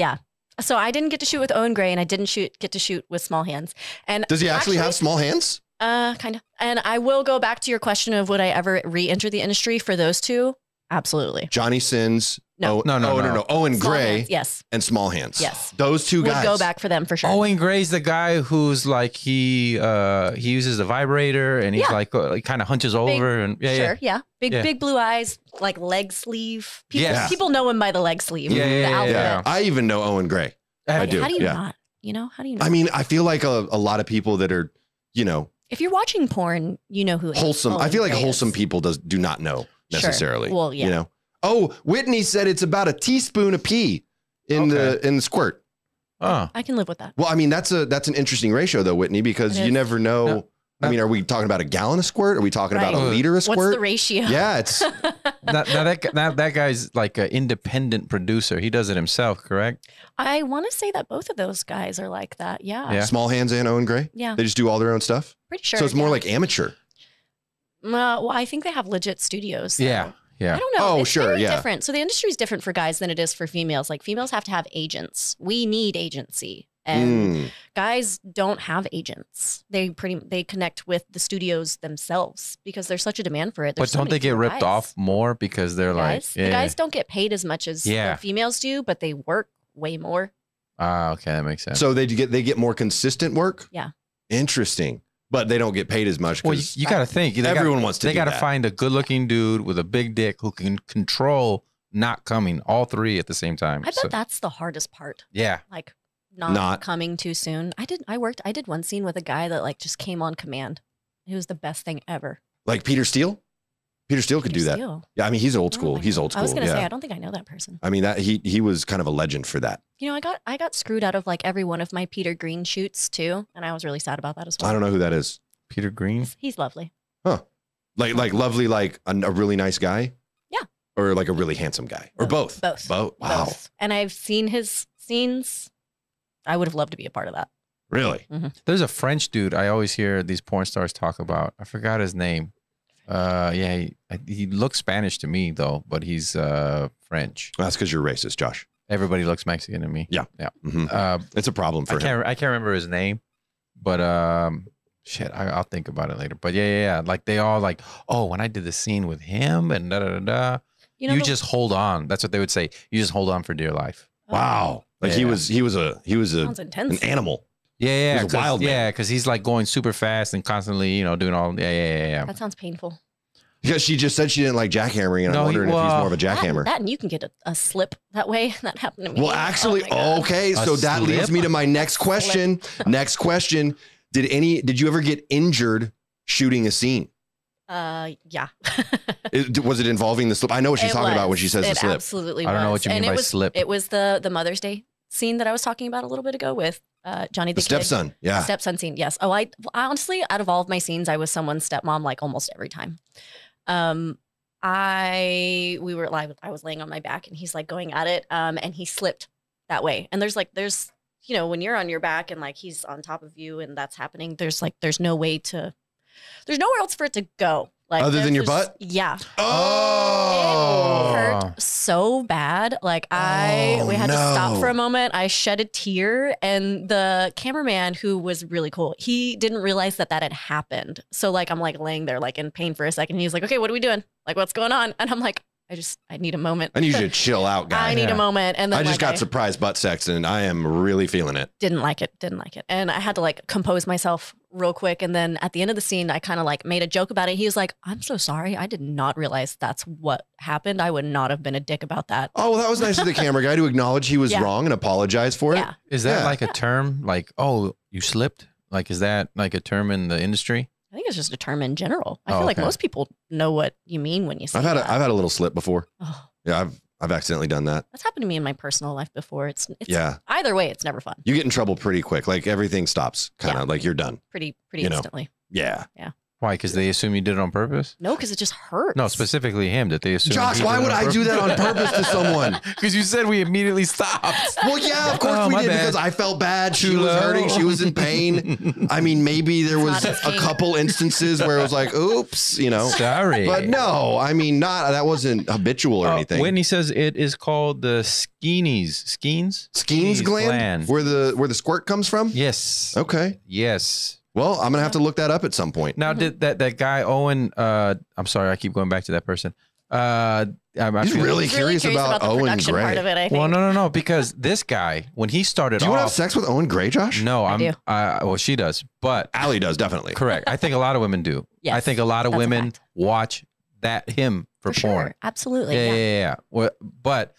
C: so I didn't get to shoot with Owen Gray and I didn't shoot get to shoot with small hands. And
A: Does he actually, have
C: Actually-
A: small hands?
C: uh kind of and I will go back to your question of would I ever re-enter the industry for those two? Absolutely.
A: Johnny Sins.
C: No.
A: Oh,
B: No, no,
A: oh,
B: no.
A: Owen
C: Small
A: Gray
C: hands, Yes.
A: and Small Hands.
C: Yes.
A: Those two
C: Would
A: guys. Oh,
C: go back for them for sure.
B: Owen Gray's the guy who's like he uh he uses the vibrator and he's
C: Yeah.
B: like, uh, like kind of hunches over and yeah,
C: sure, yeah. Big
B: Yeah.
C: big blue eyes, like leg sleeve. People,
B: Yeah.
C: people know him by the leg sleeve.
B: Yeah, yeah,
C: the
B: yeah,
C: outfit.
A: Yeah. I even know Owen Gray.
B: yeah.
A: I
C: Like,
A: do,
C: How do you
A: yeah.
C: not? You know, how do you not?
A: I mean, I feel like a, a lot of people that are, you know,
C: if you're watching porn, you know who
A: wholesome. I feel like
C: Owen Gray
A: wholesome
C: is.
A: people does do not know
C: Oh, Sure.
A: necessarily.
C: Well, yeah.
A: You know. Oh, Whitney said it's about a teaspoon of pee in the in the squirt.
B: (laughs) Oh,
C: I can live with that.
A: Well, I mean, that's a that's an interesting ratio though, Whitney, because
C: It
A: you
C: is.
A: never know.
B: No.
A: I mean, are we talking about a gallon of squirt? Are we talking about a
B: Right.
A: liter of squirt?
C: What's the ratio?
A: yeah, it's
B: now, now that gu- now that guy's like an independent producer. He does it himself, correct?
C: (laughs) I want to say that both of those guys are like that.
B: (laughs)
C: Yeah.
B: Yeah.
C: Yeah.
A: small hands and Owen Gray. They just do all their own stuff.
C: pretty sure.
A: so it's more
C: yeah.
A: like amateur.
C: Uh, well, I think they have legit studios. though.
B: Yeah,
C: I
B: yeah.
C: don't know.
A: Oh,
C: It's
A: sure,
C: very
A: yeah.
C: Different. So the industry is different for guys than it is for females. Like females have to have agents. We need agency, and
A: Mm.
C: guys don't have agents. They pretty they connect with the studios themselves because there's such a demand for it.
B: But
C: There's so
B: don't
C: many
B: they get
C: fewer
B: ripped
C: guys.
B: off more because they're like,
C: guys,
B: yeah.
C: the guys don't get paid as much as
B: Yeah.
C: the females do, but they work way more.
B: Ah, okay, that makes sense.
A: So they get they get more consistent work.
C: Yeah.
A: Interesting, but they don't get paid as much
B: well, you,
A: because
B: you got to think. They gotta-
A: everyone wants to.
B: they
A: got
B: got to find a good-looking dude with a big dick who can control not coming. All three at the same time.
C: I bet
B: So-
C: that's the hardest part.
B: yeah.
C: Like not,
A: Not-
C: coming too soon. I did. I worked. I did one scene with a guy that like just came on command. It was the best thing ever.
A: like Peter Steele. Peter Steele could do that. Yeah, I mean, he's old school. he's old school.
C: Oh I was gonna
A: yeah.
C: say I don't think I know that person.
A: I mean that he he was kind of a legend for that.
C: You know, I got I got screwed out of like every one of my Peter Green shoots too, and I was really sad about that as well.
A: I don't know who that is.
B: Peter Green.
C: He's, he's lovely.
A: Like like lovely, like a, a really nice guy.
C: Yeah.
A: Or like a really handsome guy, or both.
C: Both. Both.
A: Both. Wow.
C: Both. And I've seen his scenes. I would have loved to be a part of that.
A: Really?
B: There's a French dude I always hear these porn stars talk about. I forgot his name. Uh, yeah, he, I- he looks Spanish to me though, but he's uh French.
A: That's because you're racist, Josh.
B: Everybody looks Mexican to me.
A: Yeah.
B: yeah.
A: Mhm.
B: Uh,
A: It's a problem for
B: I
A: him.
B: can't. I can't remember his name, but um, shit, I, I'll think about it later. But yeah, yeah, yeah. Like they all like, oh, when I did the scene with him and da da da da.
C: You
B: You,
C: know, the-
B: just hold on. That's what they would say. You just hold on for dear life.
C: Oh,
A: Wow. Like he
B: Yeah.
A: was he was a he was a
C: sounds intense.
A: an animal.
B: Yeah, yeah,
A: He's a
B: 'cause-
A: wild man.
B: yeah, because he's like going super fast and constantly, you know, doing all. Yeah, yeah, yeah. yeah.
C: That sounds painful.
A: Because she just said she didn't like jackhammering, and
B: No,
A: I'm
B: he-
A: wondering if he's
B: well,
A: more of a
C: That,
A: jackhammer.
C: that and you can get a, a slip that way. (laughs) That happened to me. Oh
A: well, actually,
C: my God.
A: okay,
B: A
A: so that leads
B: slip?
A: me to my next question. next question: Did any? Did you ever get injured shooting a scene?
C: Uh, yeah.
A: It, was it involving the slip? I know what she's
C: (laughs) It
A: talking about when she
C: was.
A: says
C: it
A: the slip.
C: Absolutely.
B: I don't know
C: was.
B: what you mean
C: and
B: by
C: it was,
B: slip.
C: It was the the Mother's Day scene that I was talking about a little bit ago with uh, Johnny the,
A: The
C: Kid.
A: stepson, yeah.
C: Stepson scene. Yes. Oh, I honestly, out of all of my scenes, I was someone's stepmom like almost every time. Um, I we were live. I was laying on my back and he's like going at it. Um, and he slipped that way. And there's like there's you know when you're on your back and like he's on top of you and that's happening. There's like there's no way to. There's nowhere else for it to go. Like
A: Other than
C: there's
A: your
C: just-
A: butt?
C: Yeah.
A: Oh,
C: hurt so bad. Like I,
A: Oh,
C: we had to
A: no.
C: stop for a moment. I shed a tear, and the cameraman who was really cool, he didn't realize that that had happened. So like I'm like laying there like in pain for a second. He's like, "Okay, what are we doing? Like, what's going on?" And I'm like, "I just, I need a moment.
A: I need you to chill out,
C: I
A: guys.
C: need
B: Yeah.
C: a moment." And then
A: I just
C: like,
A: got
C: I
A: surprise butt sex, and I am really feeling it.
C: didn't like it. Didn't like it. And I had to like compose myself real quick. And then at the end of the scene, I kind of like made a joke about it. He was like, "I'm so sorry. I did not realize that's what happened. I would not have been a dick about that."
A: Oh, well, that was
C: (laughs)
A: nice of the camera guy to acknowledge he was
C: Yeah.
A: wrong and apologize for it.
C: Yeah.
B: Is that
A: Yeah.
B: like a term? Like, oh, you slipped? Like, is that like a term in the industry?
C: I think it's just a term in general. I
B: Oh,
C: feel like
B: okay.
C: most people know what you mean when you say
A: I've had
C: that.
A: a, I've had a little slip before.
C: oh,
A: Yeah, I've I've accidentally done that.
C: that's happened to me in my personal life before. It's, it's
A: Yeah.
C: either way, it's never fun.
A: you get in trouble pretty quick. Like everything stops, kind of
C: Yeah.
A: like you're done.
C: Pretty pretty
A: You know.
C: instantly.
A: Yeah.
C: Yeah.
B: Why? Because they assume you did it on purpose.
C: No, because it just hurts.
B: No,
C: (laughs)
B: specifically him. That they assume.
A: Josh, why would I do that on purpose to
B: (laughs)
A: someone?
B: Because you said we immediately stopped.
A: Well, yeah, of course
B: Oh,
A: we
B: my
A: did
B: bad.
A: because I felt bad. (laughs) She
B: Too
A: was
B: low.
A: hurting. She was in
B: (laughs)
A: pain. I mean, maybe there was
C: It's not
A: a
C: his
A: couple instances where it was like, oops, you know.
B: Sorry.
A: But no, I mean, not that wasn't habitual or
B: Uh,
A: anything.
B: Whitney says it is called the skeenies. Skeens?
A: Skene's
B: Skene's
A: gland,
B: gland.
A: where the where the squirt comes from.
B: Yes.
A: Okay.
B: Yes.
A: Well, I'm gonna have to look that up at some point.
B: Now, did that that guy Owen? Uh, I'm sorry, I keep going back to that person. Uh, I'm, I
A: He's
B: feel-
A: really
C: He's really
A: curious, about,
C: the
A: Owen
C: production
A: Gray.
C: part of it. I think.
B: Well, no, no, no, because this guy when he started
A: Do you want to have
B: off,
A: sex with Owen Gray, Josh?
B: no,
C: I
B: I'm,
C: do.
B: I, well, she does, but
A: Allie does definitely.
B: correct. I think a lot of women do.
C: Yes,
B: I think a lot of
C: that's a
B: women
C: fact.
B: watch that him for, porn.
C: Sure. Absolutely.
B: yeah,
C: Yeah.
B: yeah, yeah, yeah. Well, But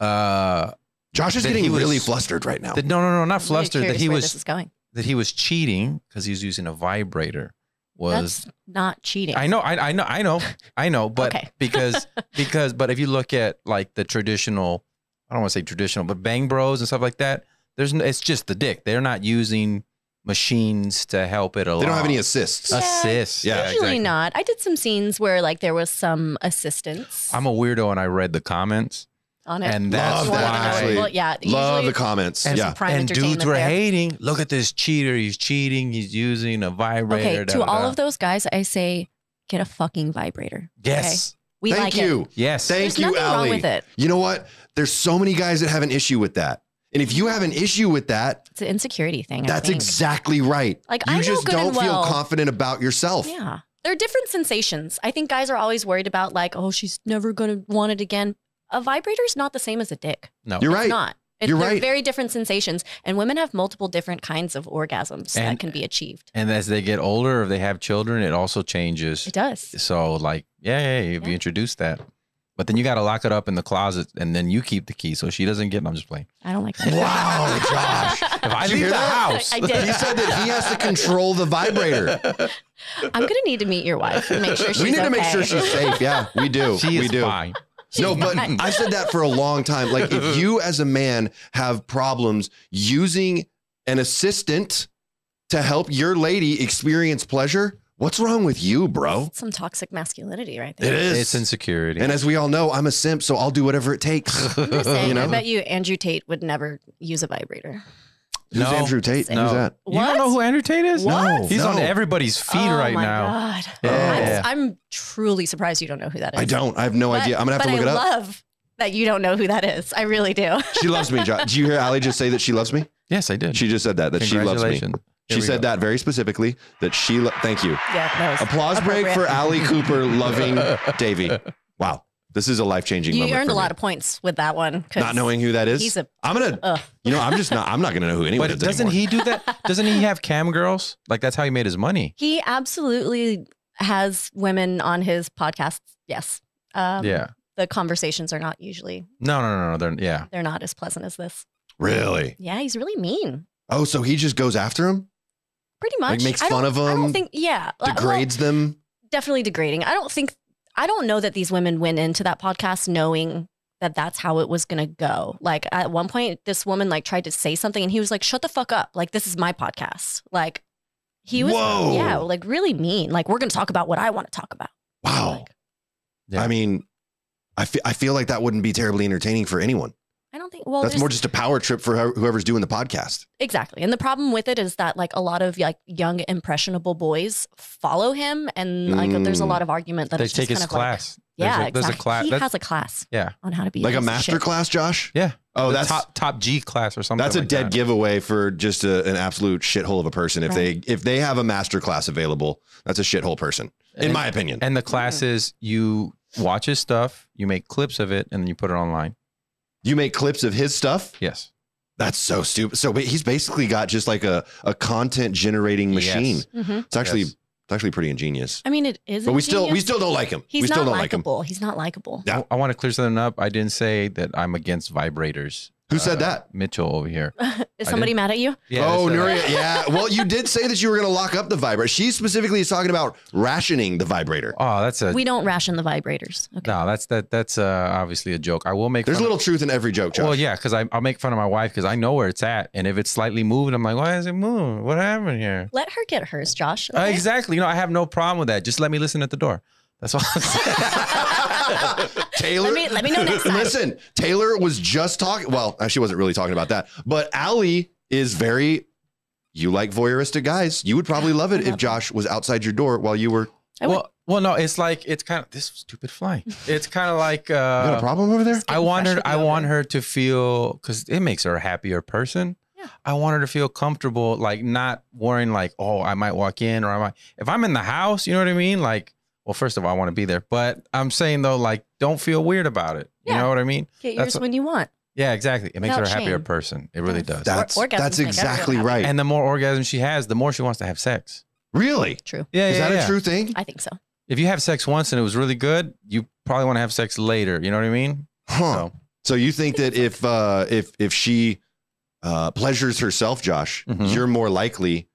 B: uh,
A: Josh is
B: That
A: getting
B: he was-
A: really flustered right now.
B: that- no, no, no, not
C: I'm really
B: flustered. That
C: curious
B: he
C: where
B: was
C: This is going.
B: that he was cheating because he was using a vibrator was
C: That's not cheating.
B: I know, I, I know, I know, I know, but
C: Okay. (laughs)
B: because because but if you look at like the traditional, I don't want to say traditional, but bang bros and stuff like that, there's no, it's just the dick. They're not using machines to help it along.
A: They don't have any assists.
B: Uh,
C: Yeah.
B: assists.
A: Yeah,
C: Usually not. I did some scenes where like there was some assistance
B: I'm a weirdo and I read the comments,
C: on it.
B: and that's
A: Love
C: Well,
A: that.
B: why.
A: Actually,
C: well, yeah.
A: Love
C: usually
A: the comments.
B: And,
A: yeah.
C: prime
B: and dudes
C: entertainment
B: were
C: there.
B: hating. Look at this cheater. He's cheating. He's using a vibrator.
C: Okay, to
B: da, da,
C: all
B: da."
C: of those guys, I say get a fucking vibrator.
B: Yes.
C: We
A: Thank
C: like it.
A: you.
B: Yes.
A: Thank
C: There's
A: you,
C: nothing
A: Allie.
C: wrong with it.
A: You know what? There's so many guys that have an issue with that. And if you have an issue with that,
C: It's an insecurity thing. I
A: that's
C: think.
A: exactly right.
C: Like,
A: you
C: I know
A: just
C: good
A: don't
C: and well.
A: feel confident about yourself.
C: Yeah. There are different sensations. I think guys are always worried about like, oh, she's never gonna want it again. A vibrator is not the same as a dick.
B: no.
A: You're
C: It's
A: right.
C: not. It,
A: You're
C: they're
A: right.
C: very different sensations, and women have multiple different kinds of orgasms
B: And-
C: that can be achieved.
B: And as they get older, if they have children, it also changes.
C: It does.
B: So like, yeah, yeah, yeah, if you
C: Yeah.
B: introduce that. But then you gotta lock it up in the closet and then you keep the key so she doesn't get I'm just playing.
C: I don't like that.
A: Wow, Josh.
C: (laughs)
B: If
A: (laughs)
B: I
A: Did you
B: leave
A: hear
B: the
A: that?
B: house
C: I
A: He
C: did.
A: said that he has to control the vibrator.
C: I'm gonna need to meet your wife and make sure she's
A: we need to make
C: okay.
A: sure she's safe. Yeah, we do.
B: (laughs) (laughs) she
A: we
B: is
A: do.
B: fine.
A: No, but I said that for a long time. Like, if you as a man have problems using an assistant to help your lady experience pleasure, what's wrong with you, bro?
C: some toxic masculinity right
A: It
C: there.
A: is.
B: It's insecurity. (laughs)
A: and as we all know, I'm a simp, so I'll do whatever it takes.
C: I'm just
A: (laughs)
C: saying,
A: You know?
C: I bet you Andrew Tate would never use a vibrator.
A: Who's
B: No.
A: Andrew Tate?
B: No.
A: Who's that?
B: You don't know who
C: What?
B: Andrew Tate is?
A: What?
B: He's on
A: No.
B: everybody's feet
C: oh
B: right
C: my
B: now.
C: God.
B: Yeah.
C: I'm, I'm truly surprised you don't know who that is.
A: I don't. I have no idea. I'm gonna have to
C: but
A: look it
C: I
A: up.
C: love that you don't know who that is. I really do.
A: She loves me, Josh. Did you hear Allie just say that she loves me?
B: Yes, I did.
A: She just said that that she loves me.
B: Congratulations. Here
A: She
B: we
A: said
B: go.
A: that very specifically. That she. Lo- Thank you.
C: Yeah, that was.
A: Applause break for
C: Appropriate.
A: Allie Cooper
B: (laughs)
A: loving Davy. Wow, this is a life changing.
C: You
A: moment
C: earned
A: for
C: a lot
A: me.
C: of points with that one. 'cause
A: not knowing who that is.
C: he's a-
A: I'm gonna.
C: Ugh.
A: You know, I'm just not. I'm not gonna know who anyone
B: But
A: is
B: doesn't
A: anymore.
B: he do that? Doesn't he have cam girls? Like that's how he made his money.
C: He absolutely has women on his podcasts. Yes. Um,
B: yeah.
C: The conversations are not usually
B: No, no, no, no. They're, yeah.
C: they're not as pleasant as this.
A: really?
C: Yeah, he's really mean.
A: Oh, so he just goes after him,
C: Pretty much.
A: like makes
C: I
A: fun
C: don't-
A: of
C: I
A: him,
C: don't think. Yeah. Like, well,
A: degrades them.
C: definitely degrading. I don't think. I don't know that these women went into that podcast knowing that that's how it was going to go. Like at one point, this woman like tried to say something, and he was like, "Shut the fuck up! Like this is my podcast." Like he was,
A: Whoa.
C: yeah, like really mean. Like we're going to talk about what I want to talk about.
A: Wow.
C: Like,
B: Yeah.
A: I mean, I feel. I feel like that wouldn't be terribly entertaining for anyone.
C: I don't think. Well,
A: That's
C: there's-
A: more just a power trip for who- whoever's doing the podcast.
C: exactly. And the problem with it is that like a lot of like young impressionable boys follow him, and like there's a
A: Mm.
C: lot of argument that
B: They
C: it's
B: take
C: just
B: his
C: kind of like,
B: class.
C: yeah,
B: there's a, there's a
C: exactly.
B: class.
C: He
B: That's-
C: has a class.
B: Yeah.
C: on how to be
A: Like a
C: piece of
A: master
C: shit.
A: class, Josh.
B: Yeah.
A: Oh,
B: the
A: that's
B: top top G class or something.
A: That's a
B: like
A: dead
B: that.
A: giveaway for just a, an absolute shithole of a person. If
C: Right.
A: they if they have a master class available, that's a shithole person, in
B: And-
A: my opinion.
B: And the class is you watch his stuff, you make clips of it, and then you put it online.
A: you make clips of his stuff.
B: Yes.
A: That's so stupid. So wait, he's basically got just like a a content generating machine.
B: Yes.
C: Mhm.
A: It's actually
B: Yes.
A: it's actually pretty ingenious.
C: I mean, it is.
A: But we still we
C: ingenious.
A: still don't like him.
C: He's
A: we still
C: not
A: don't like him.
C: likable. He's not likable.
A: Yeah.
B: I, want to clear something up. I didn't say that I'm against vibrators.
A: Who said that?
B: Mitchell over
A: (laughs)
B: here.
C: Is somebody mad at you?
A: oh,
B: that's, uh,
A: Nuria.
B: (laughs)
A: Yeah. Well, you did say that you were going to lock up the vibrator. She specifically is talking about rationing the vibrator.
B: Oh, that's a
C: We don't ration the vibrators. Okay.
B: no. That's that. That's uh, obviously a joke. I will make.
A: There's a
B: fun
A: little truth in every joke, Josh.
B: Well, yeah, because I'll make fun of my wife because I know where it's at, and if it's slightly moved, I'm like, why is it moving? What happened here?
C: Let her get hers, Josh.
B: Uh,
C: okay?
B: exactly. You know, I have no problem with that. Just let me listen at the door. That's all I'm (laughs) saying.
A: (laughs) Taylor.
C: Let me- let me know next time.
A: Listen, Taylor was just talking. Well, uh, she wasn't really talking about that, but Allie is very. You like voyeuristic guys. You would probably love
C: I
A: it if
C: love
A: Josh was outside your door while you were. You
C: I would-
B: well, well, no, it's like it's kind of this stupid
C: (laughs)
B: fly. It's kind of like
A: got a
B: uh,
A: problem over there?
B: I want her.
C: Getting fresh
B: I
C: with
B: want
C: the
B: her to feel because it makes her a happier person.
C: Yeah.
B: I want her to feel comfortable, like not worrying, like oh, I might walk in or I might. If I'm in the house, you know what I mean. Like, well, first of all, I want to be there, but I'm saying though, like, don't feel weird about it. You
C: Yeah.
B: know what I mean?
C: Get
B: That's
C: yours when you want.
B: Yeah, exactly. It makes
C: Without
B: her a happier
C: shame.
B: person. It really does.
A: That's
C: Or- orgasms
A: that's
C: make everyone
A: exactly
C: happy.
A: right.
B: and the more orgasm she has, the more she wants to have sex.
A: really,
C: True.
B: Yeah,
A: is
B: yeah,
A: that
B: yeah.
A: a true thing?
C: I think so.
B: If you have sex once and it was really good, you probably want to have sex later. You know what I mean?
A: Huh.
B: So,
A: So you think that if uh, if if she uh, pleasures herself, Josh,
B: Mhm.
A: you're more likely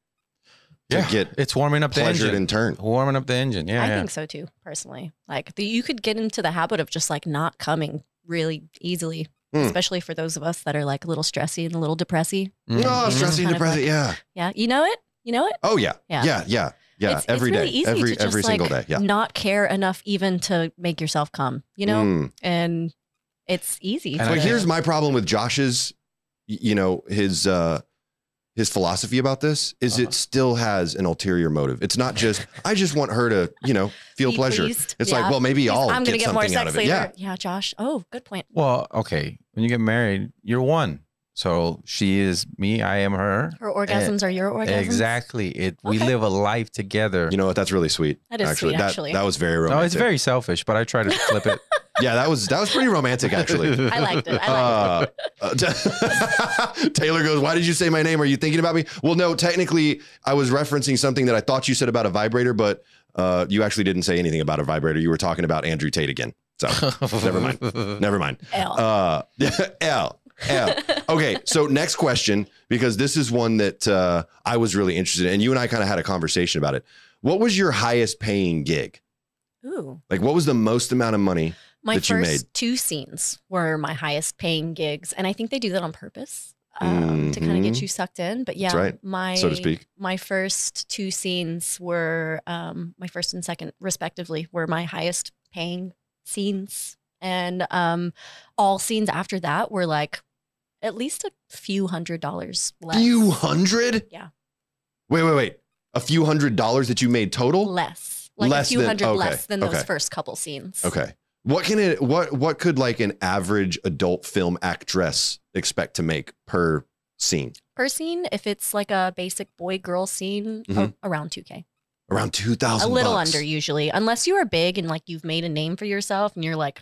A: to
B: Yeah.
A: get
B: it's warming up the
A: pleasured
B: engine.
A: in turn.
B: warming up the engine. Yeah,
C: I
B: yeah.
C: think so too, personally. Like the, you could get into the habit of just like not coming really easily,
A: Hmm.
C: especially for those of us that are like a little stressy and a little depressy.
B: Mhm.
A: Oh, stressing,
C: Kind of
A: depressing.
C: like-
A: yeah.
C: Yeah, you know it. You know it.
A: Oh yeah. Yeah.
C: Yeah.
A: Yeah. Yeah.
C: It's- it's
A: every day.
C: really easy to
A: every
C: just,
A: every single day.
C: like,
A: Yeah.
C: Not care enough even to make yourself come. You know,
A: Mm.
C: and it's easy.
B: And
A: But
B: I-
A: here's my problem with Josh's, y- you know, his uh his philosophy about this is
B: Uh-huh.
A: it still has an ulterior motive. It's not just I just want her to, you know, feel
C: Be
A: pleasure.
C: pleased.
A: It's
C: Yeah.
A: like, well, maybe I'll
C: I'm gonna
A: get
C: get more
A: something out
C: sex
A: of it.
C: later.
A: Yeah.
C: Josh. Oh, good point.
B: Well, okay. When you get married, you're one. So she is me. I am her.
C: Her orgasms
A: Eh,
C: are your orgasms.
B: Exactly. It. We
C: Okay.
B: live a life together.
A: You know what? That's really sweet.
C: That is
A: actually,
C: sweet,
A: that,
C: actually.
A: that was very
B: no,
A: romantic.
B: it's very selfish, but I try to
A: (laughs)
B: flip it.
A: yeah. That was that was pretty romantic
B: (laughs)
A: actually.
C: I liked it. I liked
A: Uh, uh, t- (laughs) Taylor goes, Why did you say my name? Are you thinking about me? Well, no, technically, I was referencing something that I thought you said about a vibrator, but uh, you actually didn't say anything about a vibrator. You were talking about Andrew Tate again.
C: (laughs)
A: So (laughs) Never mind. never mind.
C: it. L.
A: Uh, (laughs) L. L.
C: (laughs)
A: Okay, so next question, because this is one that uh, I was really interested in, and you and I kind of had a conversation about it. What was your highest paying gig?
C: Ooh.
A: Like, what was the most amount of money?
C: My
A: that
C: first
A: you
C: two scenes were my highest paying gigs, and I think they do that on purpose um, to kind of
A: Mhm.
C: get you sucked in. But yeah,
A: That's right,
C: my
A: so to speak.
C: my first two scenes were um, my first and second, respectively, were my highest paying scenes, and um, all scenes after that were like at least a few hundred dollars less.
A: Few hundred?
C: Yeah.
A: Wait, wait, wait. A few hundred dollars that you made total?
C: less, like
A: Less
C: a few
A: than-
C: hundred
A: okay,
C: less than
A: okay.
C: those first couple scenes.
A: Okay. What can it what what could like an average adult film actress expect to make per scene?
C: Per scene, if it's like a basic boy girl scene, a-
A: Mhm.
C: around two k.
A: Around two
C: a
A: thousand.
C: little under usually, unless you are big and like you've made a name for yourself and you're like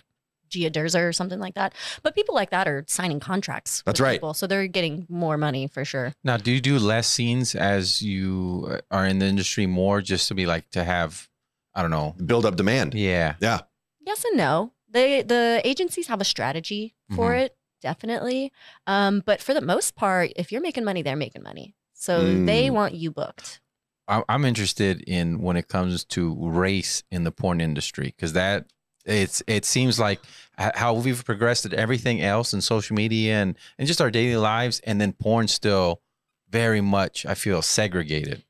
C: Gia Durza or something like that. But people like that are signing contracts.
A: That's
C: with
A: right.
C: People, so they're getting more money for sure.
B: (laughs) Now, do you do less scenes as you uh, are in the industry more just to be like to have, I don't know.
A: Build up demand.
B: Yeah.
C: Yes and no. They the agencies have a strategy for
A: Mm-hmm.
B: Mhm.
C: it, definitely. Um, but for the most part, if you're making money, they're making money. So they
A: Mm.
C: want you booked.
B: I- I'm interested in when it comes to race in the porn industry because that it's it seems like h- how we've progressed at everything else in social media and and just our daily lives and then porn still very much I feel segregated.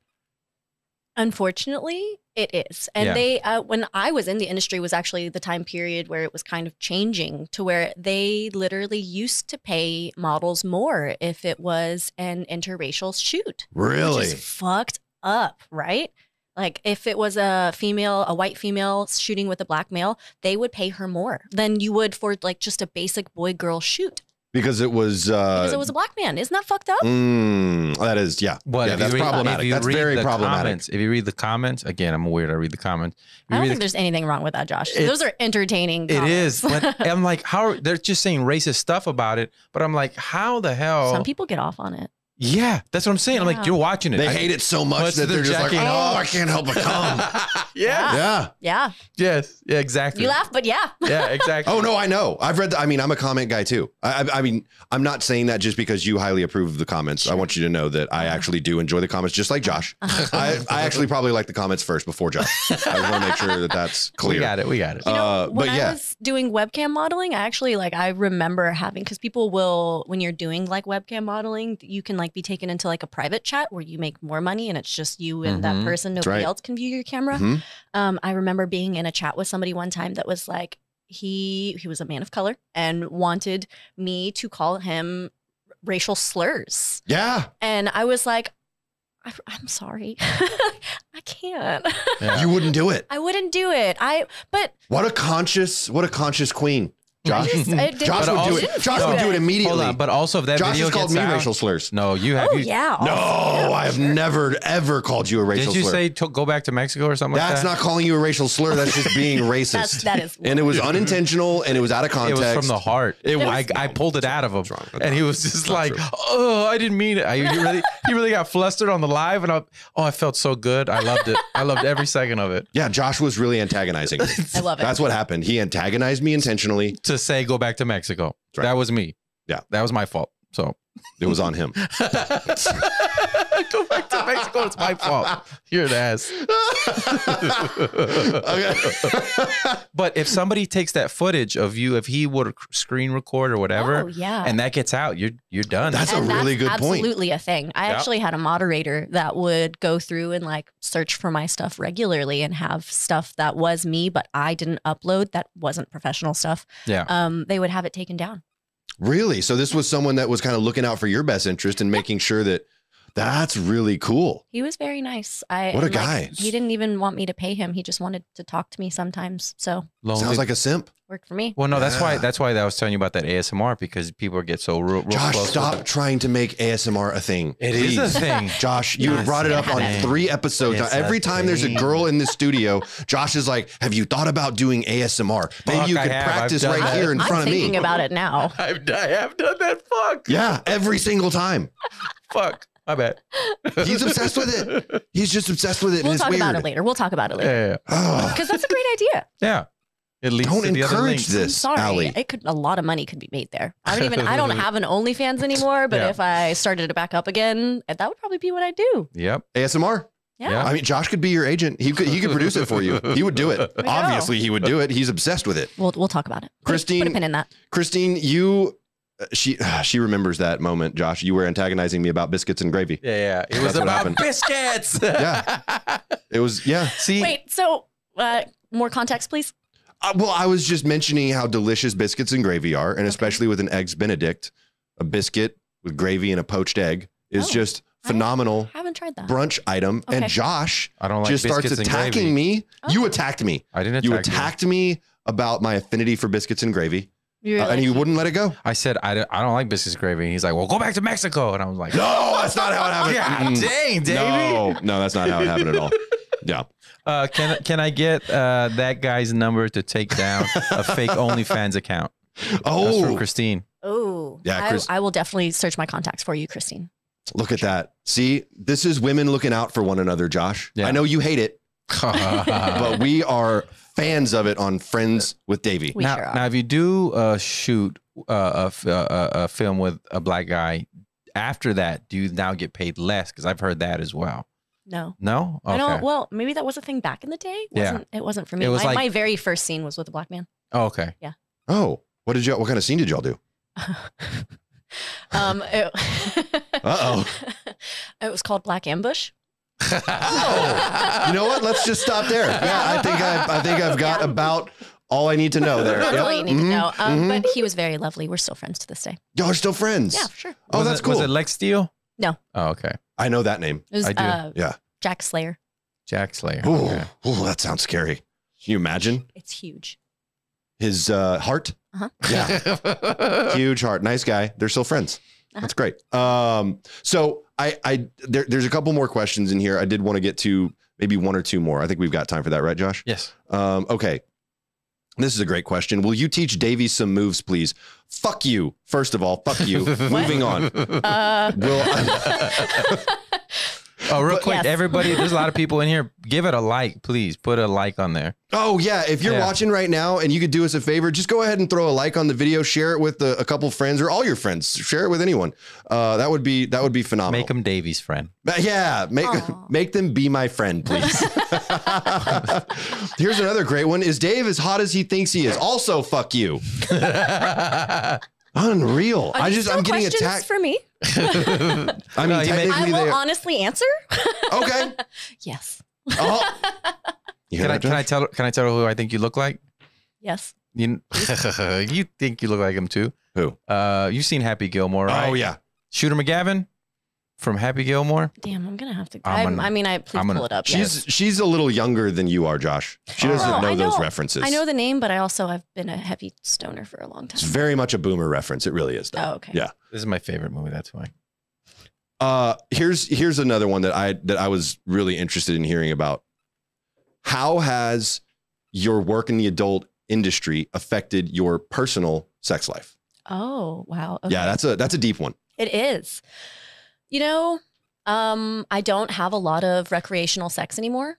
C: Unfortunately, it is. And
B: Yeah.
C: they, uh, when I was in the industry, was actually the time period where it was kind of changing to where they literally used to pay models more if it was an interracial shoot,
A: Really?
C: which is fucked up, right? Like if it was a female, a white female shooting with a black male, they would pay her more than you would for like just a basic boy girl shoot
A: Because it was uh
C: because it was a black man. Isn't that fucked up?
A: mm, that is yeah.
B: But
A: Yeah, that's problematic. That's very problematic.
B: Comments, if you read the comments, again, I'm weird. I read the comments. If
C: I
B: you
C: don't
B: read
C: think there's anything wrong with that, Josh.
B: It-
C: Those are entertaining.
B: the- it is,
C: comments.
B: but I'm like, how are- they're just saying racist stuff about it. But I'm like, how the hell?
C: Some people get off on it.
B: Yeah, that's what I'm saying. I'm like,
C: Yeah.
B: you're watching it.
A: They
B: I-
A: hate it so
B: Much
A: much that
B: they're
A: they're just like,
B: jacking
A: oh,
B: off."
A: I can't help but (laughs) come.
B: (laughs) yeah.
A: yeah.
C: Yeah.
B: Yes. Yeah. Exactly.
C: You laugh, but yeah. (laughs)
B: Yeah. Exactly.
A: Oh no, I know. I've read. The, I mean, I'm a comment guy too. I, I, I mean, I'm not saying that just because you highly approve of the comments. I want you to know that I actually do enjoy the comments, just like Josh. I,
B: (laughs)
A: I actually probably like the comments first before Josh. I want to make sure that that's
B: (laughs) We
A: clear.
B: got it. We got it.
C: You know,
A: Uh,
C: when
A: but
C: I
A: yeah.
C: was doing webcam modeling, I actually like I remember having because people will when you're doing like webcam modeling, you can like be taken into like a private chat where you make more money and it's just you and
B: Mhm.
C: that person. Nobody
A: Mm-hmm. right.
C: else can view your camera.
A: Mhm.
C: Um, I remember being in a chat with somebody one time that was like he he was a man of color and wanted me to call him racial slurs,
A: Yeah,
C: and I was like, I, I'm sorry, (laughs) I can't,
B: Yeah.
A: you wouldn't do it.
C: I wouldn't do it. I but
A: What a conscious, what a conscious queen, Josh. (laughs)
C: I just, I didn't-
A: Josh
B: But
A: would do
B: also-
A: it. Josh would
C: No.
A: do it immediately.
B: Hold on. But also, if that
A: Josh
B: video
A: has called
B: gets
A: me
B: out,
A: racial slurs.
B: no, you have
C: Oh
B: you.
C: yeah.
A: No,
C: Yeah,
A: I have
C: sure.
A: never ever called you a racial
B: Did you
A: slur.
B: say to, go back to Mexico or something
A: that's
B: like
A: not calling you a racial slur. That's just being racist.
C: That's that is.
A: and it was unintentional and it was out of
B: It
A: context.
B: was from the heart.
A: It was-
B: I, I pulled it out of him,
A: It's wrong. It's
B: and he
A: not-
B: was just
A: not
B: like,
A: true.
B: "Oh, I didn't mean it." I, he really, he really got flustered on the live, and I, oh, I felt so good. I loved it. I loved every second of it.
A: Yeah, Josh was really
B: (laughs)
A: antagonizing. me.
C: I love it.
A: That's what happened. He antagonized me intentionally.
B: To say go back to Mexico,
A: That's right.
B: that was me.
A: Yeah.
B: that was my fault.
A: (laughs)
B: So (laughs)
A: It was on him.
B: go back to Mexico. It's my fault. You're an ass.
A: Okay. (laughs)
B: But if somebody takes that footage of you, if he would screen record or whatever,
C: Oh yeah.
B: and that gets out, you're you're done.
A: That's a
C: And
A: really good
C: absolutely
A: point.
C: a thing. I
B: Yeah.
C: actually had a moderator that would go through and like search for my stuff regularly and have stuff that was me, but I didn't upload that wasn't professional stuff.
B: Yeah.
C: Um, they would have it taken down.
A: Really? So this was someone that was kind of looking out for your best interest and making sure that that's really cool.
C: He was very nice. I
A: What a
C: and, like,
A: guy.
C: he didn't even want me to pay him. He just wanted to talk to me sometimes. So
B: Lonely.
A: Sounds like a simp.
C: worked for me.
B: well, no, that's why
A: Yeah.
B: that's why I was telling you about that ASMR because people get so real, real
A: Josh,
B: close with
A: stop
B: them.
A: trying to make ASMR a thing.
B: It is a
A: (laughs)
B: thing. (laughs)
A: Josh, you
B: Yes,
A: brought it
C: it's
A: up
C: a
A: on
C: thing.
A: three episodes.
B: It's
A: Every
B: a
A: time there's a
B: thing.
A: girl in the studio, Josh is like, "Have you thought about doing ASMR? Maybe
B: Fuck,
A: you
B: I
A: could
B: have. I've
A: practice
B: done
A: right
B: that.
A: here in
C: Uh, I'm
A: front of
C: thinking
A: me."
C: about it now.
B: I've I have done that. Fuck.
A: yeah, every single time.
B: Fuck. My bad.
A: (laughs) He's obsessed with it. He's just obsessed with it,
C: We'll
A: and it's
C: talk
A: weird.
C: about it later. We'll talk about it
B: (laughs) Yeah.
C: later.
B: yeah, yeah.
A: Ugh.
C: Because that's a great idea.
B: Yeah. It leads
A: Don't
B: to the other
A: encourage
B: link.
A: this.
C: I'm sorry.
A: Allie.
C: It could a lot of money could be made there. I don't even
A: (laughs)
C: I don't have an OnlyFans anymore, but
B: Yeah.
C: if I started it back up again, eh, that would probably be what I do.
B: Yep.
A: ASMR.
C: Yeah.
B: Yeah.
A: I mean, Josh could be your agent. He could he could produce it for you. He would do it.
B: I
C: know.
A: Obviously, he would do it. He's obsessed with it.
C: We'll we'll talk about it. Put a- put
A: Christine-
C: a pin in that.
A: Christine, you uh, she uh, she remembers that moment, Josh. You were antagonizing me about biscuits and gravy.
B: Yeah. yeah. It
A: That's
B: was
A: what
B: about
A: happened.
B: biscuits.
A: Yeah. It was yeah.
B: (laughs) See.
C: Wait, so uh, more context, please.
A: Uh, well, I was just mentioning how delicious biscuits and gravy are, and especially with an eggs Benedict, a biscuit with gravy and a poached egg is
C: Oh,
A: just
C: I-
A: phenomenal
C: I haven't tried that.
A: brunch item. And
C: Okay.
A: Josh
B: I don't like
A: just starts
B: biscuits and
A: attacking
B: gravy.
A: me. You
C: Oh.
A: attacked me.
B: I didn't attack
A: You attacked me about my affinity for biscuits and gravy,
C: You're
A: uh,
C: like-
A: and you wouldn't let it go.
B: I said I don't, I don't like biscuits and gravy. And he's like, well, go back to Mexico. And I was
A: (laughs) (laughs)
B: like,
A: No, that's not how it happened. Mm,
B: God dang, Davey.
A: no, no, that's not how it happened at (laughs) all. Yeah.
B: Uh, can can I get uh, that guy's number to take down
A: (laughs)
B: a fake OnlyFans account? That's from
A: Oh,
B: (laughs) Christine.
C: Oh,
A: Yeah,
C: I-
A: Chris-
C: I, will definitely search my contacts for you, Christine.
A: look at that. See, this is women looking out for one another, Josh.
B: Yeah.
A: I know you hate it. but
B: now,
A: we are fans of it on Friends with Davey.
C: We sure are.
B: now, if you do uh, shoot uh, a, f- uh, uh, a film with a black guy, after that, do you now get paid less? Because I've heard that as well.
C: No.
B: No,
C: I don't. Well, maybe that was a thing back in the day.
B: Yeah.
C: Wasn't, It wasn't for me.
B: It was
C: my,
B: like-
C: my very first scene was with a
A: (laughs)
C: black man.
B: Oh, (laughs) okay.
A: Oh, what did y'all? What kind of scene did y'all do?
C: um, it, (laughs) oh. (laughs) It was called Black Ambush.
A: Oh, you know what? Let's just stop there. Yeah, I think I, I think I've got
C: Yeah.
A: about all I need to know there.
C: That's
A: Yep.
C: all you need to
A: Mhm,
C: know. Um,
A: mhm.
C: But he was very lovely. We're still friends to this day.
A: Y'all are still friends.
C: Yeah, sure.
A: Oh,
B: Was
A: that's
B: it,
A: cool.
B: Was it Lex Steele?
C: No.
B: Oh, okay.
A: I know that name.
C: It was
B: I do.
C: Uh,
A: Yeah.
C: Jack Slayer.
B: Jack Slayer.
A: Ooh,
B: Okay.
A: ooh, that sounds scary. Can you imagine
C: It's huge.
A: his uh, heart?
C: Uh-huh.
A: Yeah,
B: Uh. (laughs)
A: huge heart. Nice guy. They're still friends.
C: Uh-huh.
A: That's great. Um, so I, I there, there's a couple more questions in here. I did want to get to maybe one or two more. I think we've got time for that, right, Josh?
B: yes.
A: Um, okay. This is a great question. Will you teach Davey some moves, please? Fuck you. First of all, fuck
B: (laughs)
A: you. Moving on.
C: Uh,
A: Will
B: Oh, real
A: But-
B: quick,
C: Yes.
B: everybody, there's a lot of people in here. Give it a like, please. Put a like on there.
A: Oh yeah, if you're
B: Yeah.
A: watching right now and you could do us a favor, just go ahead and throw a like on the video, share it with a, a couple friends or all your friends, share it with anyone. Uh, that would be that would be phenomenal.
B: Make him Davy's
A: (laughs)
B: friend. (laughs)
A: But yeah, make
C: Aw.
A: (laughs) make them be my friend,
C: (laughs)
A: please. (laughs) Here's another great one: Is Dave as hot as he thinks he is? Also, fuck you. Unreal.
C: are
A: I
C: these
A: just
C: still
A: I'm getting
C: questions
A: attacked.
C: for me.
A: I mean,
B: No, he made-
A: technically
C: I will
A: they
C: honestly answer.
A: okay.
C: Yes. (laughs)
A: Oh. You hear
B: Can I
A: that,
B: can I
A: Josh?
B: tell can I tell her who I think you look like?
C: Yes.
B: You (laughs) you think you look like him too?
A: Who?
B: Uh, you've seen Happy Gilmore, right?
A: Oh yeah.
B: Shooter McGavin from Happy Gilmore.
C: Damn, I'm gonna have to.
B: I'm
C: I'm
B: gonna-
C: I mean, I please
B: I'm gonna-
C: pull it up.
A: She's she's a little younger than you are, Josh. She
B: Oh.
A: doesn't
B: No,
A: know,
C: I
A: those
C: know-
A: references.
C: I know the name, but I also I've been a heavy stoner for a long
A: It's
C: time.
A: very much a boomer reference. It really is. Though.
C: Oh, okay.
A: Yeah.
B: This is my favorite movie. That's why.
C: Oh.
A: Uh, here's here's another one that I that I was really interested in hearing about. How has your work in the adult industry affected your personal sex life?
C: Oh wow. Okay.
A: Yeah, that's a that's a deep one.
C: It is. You know, um, I don't have a lot of recreational sex anymore.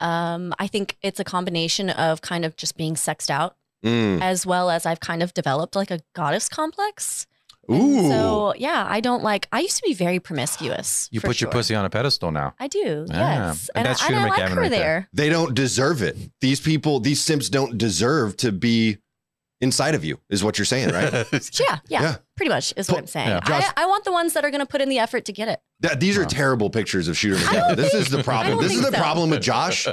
C: Um, I think it's a combination of kind of just being sexed out,
A: Mm.
C: as well as I've kind of developed like a goddess complex. And
A: Ooh,
C: So yeah, I don't like. I used to be very promiscuous.
B: You
C: for
B: put your
C: sure.
B: pussy on a pedestal
A: (laughs)
B: now.
C: I do.
A: Ah,
B: Yeah,
C: Yes,
B: and
C: and,
B: that's
C: I, and
B: Shooter
C: I like
B: McGavin
C: her
B: right there.
C: there.
A: they don't deserve it. These people, these simps, don't deserve to be inside of you. Is what you're saying, right?
C: Yeah, yeah,
A: Yeah.
C: pretty much is
A: Well,
C: what I'm saying.
B: yeah.
A: Josh-
C: I, I want the ones that are going to put in the effort to get it.
A: That, these are
B: Wow.
A: terrible pictures of Shooter
C: don't
A: McGavin. This
C: think-
A: is the problem.
C: don't
A: This is
C: think
A: the
C: so.
A: problem with Josh.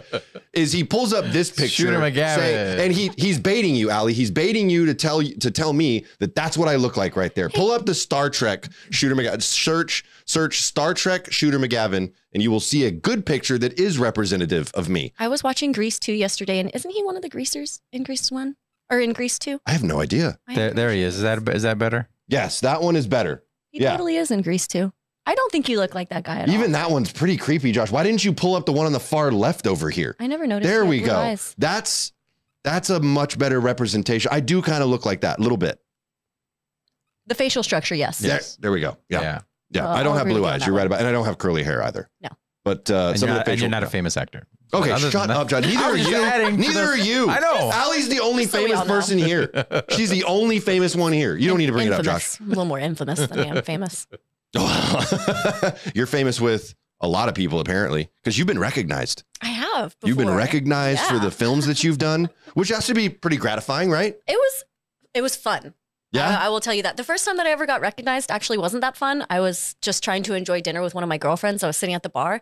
A: Is he pulls up this picture,
B: Shooter McGavin.
A: and he he's baiting you, Ali. He's baiting you to tell you to tell me that that's what I look like right there. Pull up the Star Trek Shooter McGavin. Search search Star Trek Shooter McGavin, and you will see a good picture that is representative of me.
C: I was watching Grease 2 yesterday, and isn't he one of the greasers in Grease 1 or in Grease 2?
A: I have no idea.
C: I
B: There,
C: am
B: there he
C: pretty
B: is. Is
C: sure.
B: that is that better?
A: Yes, that one is better.
C: He
A: yeah.
C: totally is in Grease 2. I don't think you look like that guy at
A: Even
C: all.
A: that one's pretty creepy, Josh. Why didn't you pull up the one on the far left over here?
C: I never noticed.
A: There
C: he had
A: we
C: blue
A: go.
C: eyes.
A: That's that's a much better representation. I do kind of look like that a little bit.
C: The facial structure, yes.
A: There-
B: Yes.
A: There, we go. Yeah. Yeah.
C: Uh,
A: I don't
C: I'll
A: have
C: agree
A: blue
C: with you on
A: eyes.
C: that
A: You're right
C: one.
A: about and I don't have curly hair either.
C: No.
A: But uh,
B: and,
A: some
B: you're
A: of
B: not,
A: the
B: and
A: facial.
B: you're not a famous actor.
A: okay,
B: Other than
A: shut
B: that-
A: up, John. Neither
B: I
A: are
B: was just
A: you.
B: adding to
A: Neither
B: the-
A: are you.
B: I know.
A: Allie's the only
C: Just so we
A: famous
C: all know.
A: person here.
B: (laughs)
A: She's the only famous one here. You don't need to bring it up, Josh. (laughs)
C: Infamous. I'm a little more infamous than I am famous.
A: (laughs) You're famous with a lot of people apparently because you've been recognized.
C: I have.
A: You've been
C: before.
A: recognized for
C: Yeah.
A: the films that you've done, which has to be pretty gratifying, right?
C: It was, it was fun. Uh,
A: Yeah.
C: I, I will tell you that. The first time that I ever got recognized actually wasn't that fun. I was just trying to enjoy dinner with one of my girlfriends. I was sitting at the bar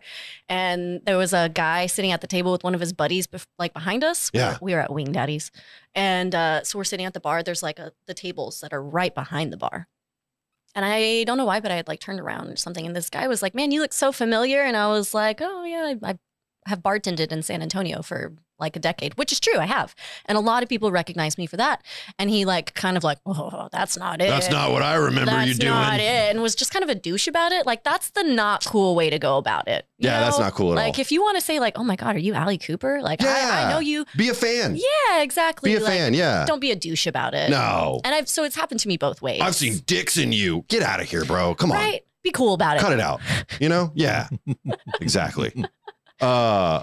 C: and there was a guy sitting at the table with one of his buddies bef- like behind us. We
A: Yeah.
C: were- We were at Wing Daddy's. And uh, so we're sitting at the bar. There's like a, the tables that are right behind the bar. And I don't know why, but I had like turned around or something. And this guy was like, man, you look so familiar. And I was like, oh, yeah, I, I have bartended in San Antonio for like a decade, which is true. I have. And a lot of people recognize me for that. And he like kind of like, oh, that's not it.
A: what I remember
C: That's not it. And was just kind of a douche about it. Like that's the not cool way to go about it. you
A: Yeah, that's
C: know?
A: not cool at
C: Like
A: all.
C: if you want to say like, oh my God, are you Allie Cooper? Like I,
A: Yeah.
C: I know you.
A: Be a fan.
C: Yeah, exactly.
A: Be a
C: Like,
A: fan. Yeah.
C: Don't be a douche about it.
A: No.
C: And I've so it's happened to me both ways.
A: I've seen dicks in you. Get out of here, bro. Come on.
C: Right? Be cool about it.
A: Cut it out. You know?
C: (laughs)
A: Yeah. exactly. Uh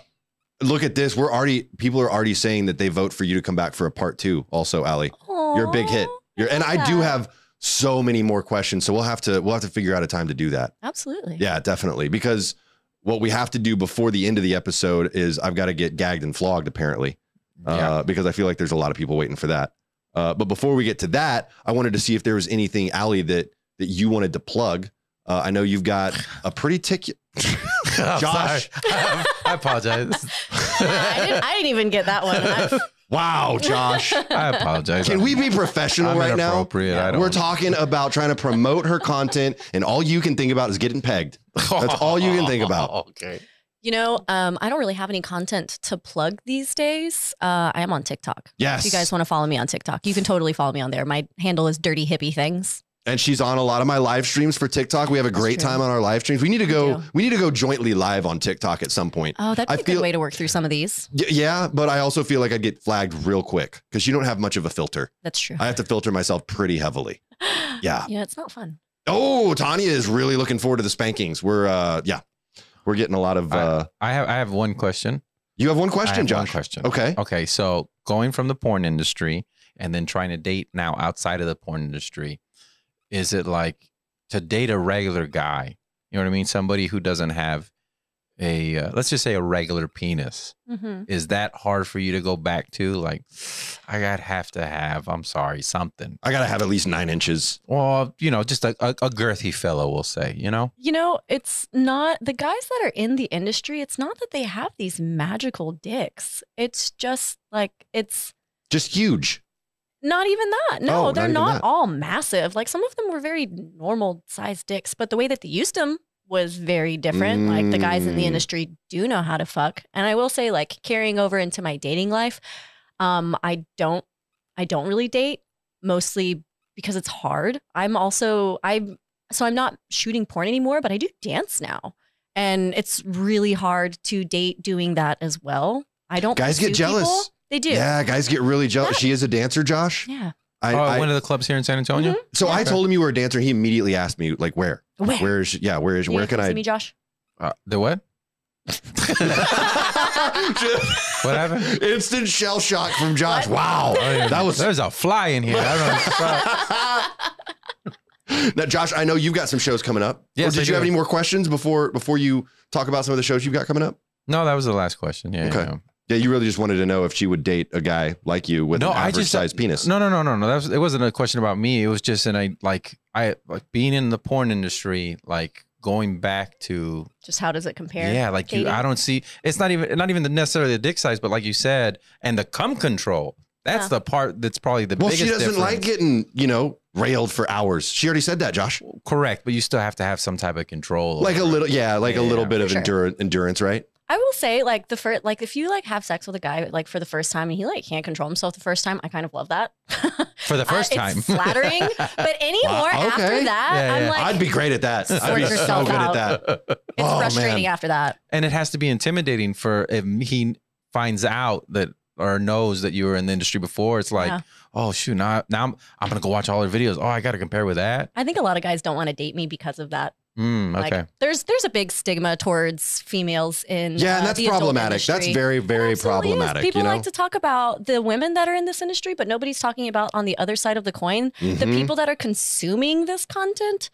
A: look at this. We're already people are already saying that they vote for you to come back for a part 2 also, Ali. You're a big hit.
C: Aw,
A: You're and I
C: love
A: do
C: that.
A: have so many more questions, so we'll have to we'll have to figure out a time to do that.
C: Absolutely.
A: Yeah, definitely because what we have to do before the end of the episode is I've got to get gagged and flogged apparently. uh, because I feel like there's a lot of people waiting for that. Uh, but before we get to that, I wanted to see if there was anything, Allie, that that you wanted to plug. Uh, I know you've got a pretty ticket.
B: Yeah. (laughs) I'm
A: Josh.
B: sorry. (laughs) I apologize.
C: I, didn't, I didn't even
A: (laughs)
C: get that one. I-
A: Wow,
C: (laughs)
A: Josh.
B: I apologize.
A: Can we be
B: I'm
A: professional right now?
B: inappropriate. I don't.
A: We're talking about trying to promote her content, and all you can think about is getting pegged. That's all you can think about.
B: (laughs) okay.
C: you know, um, I don't really have any content to plug these days. Uh, I am on TikTok.
A: Yes. (laughs)
C: If you guys want to follow me on TikTok, you can totally follow me on there. My handle is Dirty Hippie Things.
A: And she's on a lot of my live streams for TikTok. We have a
C: That's
A: great
C: true.
A: time on our live streams. We need to go.
C: do.
A: We need to go jointly live on TikTok at some point.
C: Oh, that'd be
A: I
C: a
A: feel-
C: good way to work through some of these.
A: Y- yeah, but I also feel like I'd get flagged real quick because you don't have much of a filter.
C: That's true.
A: (laughs) I have to filter myself pretty heavily.
C: (laughs)
A: yeah.
C: Yeah, it's not fun.
A: Oh, Tanya is really looking forward to the spankings. We're uh, yeah, we're getting a lot of.
B: I-
A: Uh,
B: I have I have one question.
A: you have one
B: I
A: question,
B: have one
A: Josh.
B: question.
A: Okay.
B: Okay, so going from the porn industry and then trying to date now outside of the porn industry, is it like to date a regular guy? You know what I mean? Somebody who doesn't have a uh, let's just say a regular penis.
C: Mm-hmm.
B: Is that hard for you to go back to? Like, I got have to have. I'm sorry, something.
A: I gotta have at least nine inches.
B: Or you know, just a, a, a girthy fellow will say. You know,
C: You know, it's not the guys that are in the industry, it's not that they have these magical dicks. It's just like, it's
A: Just huge.
C: not even that. No,
A: Oh,
C: they're
A: not even
C: not,
A: that.
C: all massive. Like some of them were very normal sized dicks, but the way that they used them was very different. Like the guys in the
A: Mm.
C: industry do know how to fuck. And I will say, like, carrying over into my dating life, um, I don't I don't really date, mostly because it's hard. I'm also I'm so I'm not shooting porn anymore, but I do dance now. And it's really hard to date doing that as well. I don't
A: Guys get
C: pursue people.
A: jealous.
C: They do.
A: Yeah, guys get really jealous. She is a dancer, Josh.
C: Yeah.
A: I,
B: oh,
A: I-
B: one of the clubs here in San Antonio.
A: so I
B: Okay.
A: told him you were a dancer. He immediately asked me like where.
C: Mm-hmm. Where?
A: Where is yeah? Where is
C: You
A: where
C: guys
A: can
C: come
A: I?
C: see
A: (laughs)
C: me, Josh?
B: Uh, the what?
A: Just-
B: What happened?
A: (laughs)
B: Oh,
A: Instant shell shock from Josh.
C: What?
A: Wow,
B: (laughs)
A: that was.
B: there's a fly in here. I don't
A: (laughs)
B: know.
A: now, Josh, I know you've got some shows coming up.
B: Yes,
A: Or did
B: I
A: you
B: do.
A: have any more questions before before you talk about some of the shows you've got coming up?
B: No, that was the last question. Yeah.
A: Okay.
B: yeah.
A: Yeah, you really just wanted to know if she would date a guy like you with
B: No,
A: an
B: I
A: average
B: just- uh,
A: sized penis.
B: No, no, no, no, no. That was, it wasn't a question about me. It was just an I like I like being in the porn industry, like going back to
C: Just how does it compare?
B: yeah, like you.
C: dating.
B: I don't see. It's not even not even the necessarily the dick size, but like you said, and the cum control. That's
C: Yeah.
B: the part that's probably the
A: well,
B: biggest.
A: she doesn't like
B: difference.
A: getting you know railed for hours. She already said that, Josh.
B: Correct, but you still have to have some type of control.
A: Like a
B: over it.
A: little, yeah, like a little
B: Yeah.
A: bit of
C: For sure.
A: endurance, endurance, right?
C: I will say, like the first, like if you like have sex with a guy like for the first time and he like can't control himself the first time, I kind of love that. (laughs)
B: for the first
C: I-
B: time.
A: (laughs)
C: Uh, it's flattering, but anymore
A: Wow, okay.
C: after that,
B: Yeah,
C: I'm
B: yeah.
C: like,
A: I'd be great at that. I'd
C: Sort
A: be so
C: yourself
A: good at
C: out. Um,
A: that.
C: it's
A: Oh,
C: frustrating
A: man.
C: after that.
B: (laughs) and it has to be intimidating for if he finds out that or knows that you were in the industry before. It's like,
C: Yeah.
B: oh shoot, now now I'm, I'm gonna go watch all her videos. Oh, I gotta compare with that.
C: I think a lot of guys don't want to date me because of that.
B: Mm,
C: Like,
B: okay, (laughs)
C: (laughs) there's there's a big stigma towards females in
A: Yeah,
C: uh,
A: and that's
C: the adult
A: problematic. That's
C: industry.
A: very, very
C: Absolutely is.
A: problematic.
C: People
A: you know,
C: like to talk about the women that are in this industry, but nobody's talking about on the other side of the coin the
A: Mhm.
C: people that are consuming this content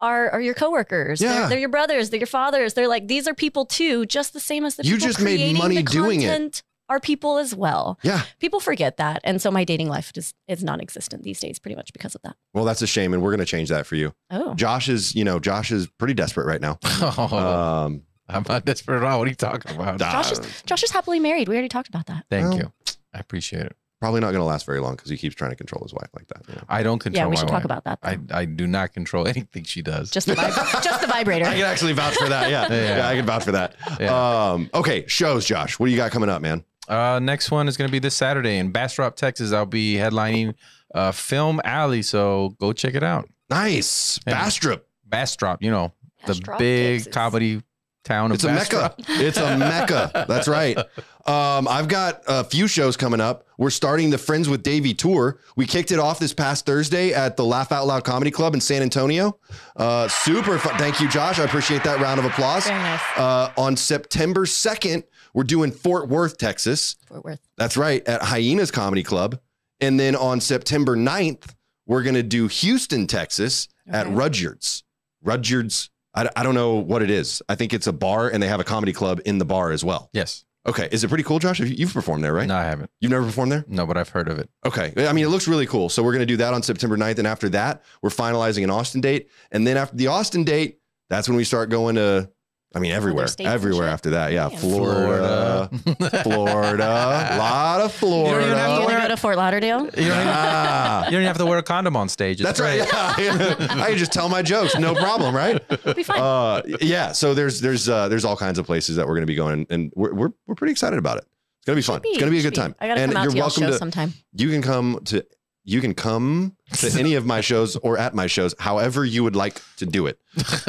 C: are are your coworkers.
A: Yeah.
C: They're, they're your brothers. They're your fathers. They're like these are people too, just the same as the
A: You
C: people
A: just made
C: creating
A: money
C: the
A: doing it.
C: content Are people as well?
A: Yeah.
C: people forget that, and so my dating life just is non-existent these days, pretty much because of that.
A: Well, that's a shame, and we're gonna change that for you.
C: Oh,
A: Josh is, you know, Josh is pretty desperate right
B: Oh,
A: now. Um,
B: I'm not desperate at all. What are you talking
A: (laughs)
B: about?
C: Josh is
A: uh,
C: Josh is happily married. We already talked about that.
B: Thank
A: well-
B: you, I appreciate it.
A: probably not gonna last very long because he keeps trying to control his wife like that. you know.
B: I don't control.
C: yeah, we
B: my
C: should
B: wife.
C: talk about that.
B: I
C: though.
B: I do not control (laughs) anything she does.
C: just
A: (laughs)
C: the vib- just the vibrator.
A: I can actually vouch for that. Yeah, (laughs) yeah,
B: Yeah.
A: I can vouch for that.
B: Yeah.
A: Um, okay, shows, Josh. What do you got coming up, man?
B: Uh, next one is going to be this Saturday in Bastrop, Texas. I'll be headlining uh, Film Alley, so go check it out.
A: Nice,
B: Yeah.
A: Bastrop.
B: Bastrop, you know, the
C: Bastrop,
B: big
C: Texas.
B: comedy town of
A: It's a mecca.
B: Bastrop.
A: It's a mecca. That's right. Um, I've got a few shows coming up. We're starting the Friends with Davey tour. We kicked it off this past Thursday at the Laugh Out Loud Comedy Club in San Antonio. Uh, super fun. Thank you, Josh. I appreciate that round of applause.
C: Very nice.
A: Uh, on September 2nd, we're doing Fort Worth, Texas.
C: Fort Worth.
A: That's right, at Hyenas Comedy Club. And then on September 9th, we're going to do Houston, Texas at
C: Okay.
A: Rudyard's. Rudyard's, I, I don't know what it is. I think it's a bar and they have a comedy club in the bar as well.
B: Yes.
A: Okay. Is it pretty cool, Josh? Have you- You've performed there, right?
B: No, I haven't.
A: You've never performed there?
B: No, but I've heard of it.
A: Okay. I mean, it looks really cool. So we're going to do that on September 9th. And after that, we're finalizing an Austin date. And then after the Austin date, that's when we start going to, I mean, everywhere,
C: states and
A: everywhere
C: shit?
A: after that. Yeah.
C: Damn.
A: Florida,
B: Florida. (laughs)
A: Florida, (laughs) a lot of
B: don't
A: Florida.
B: even have
C: You
B: to
C: gonna
B: wear-
C: go to Fort Lauderdale?
B: You don't, even,
A: Ah.
B: (laughs) you don't even have to wear a condom on stage.
A: That's
B: It's
A: right.
B: great.
A: Yeah. (laughs) I can just tell my jokes, no problem, right?
C: It'll be fine.
A: Uh, yeah. So there's there's uh, there's all kinds of places that we're going to be going, and we're, we're we're pretty excited about it. It's gonna be fun. It's gonna be a
C: Should
A: good time.
C: I gotta
A: and
C: come out
A: you're
C: to y'all
A: welcome
C: show
A: to.
C: sometime.
A: You can come to you can come to any of my shows or at my shows, however you would like to do it.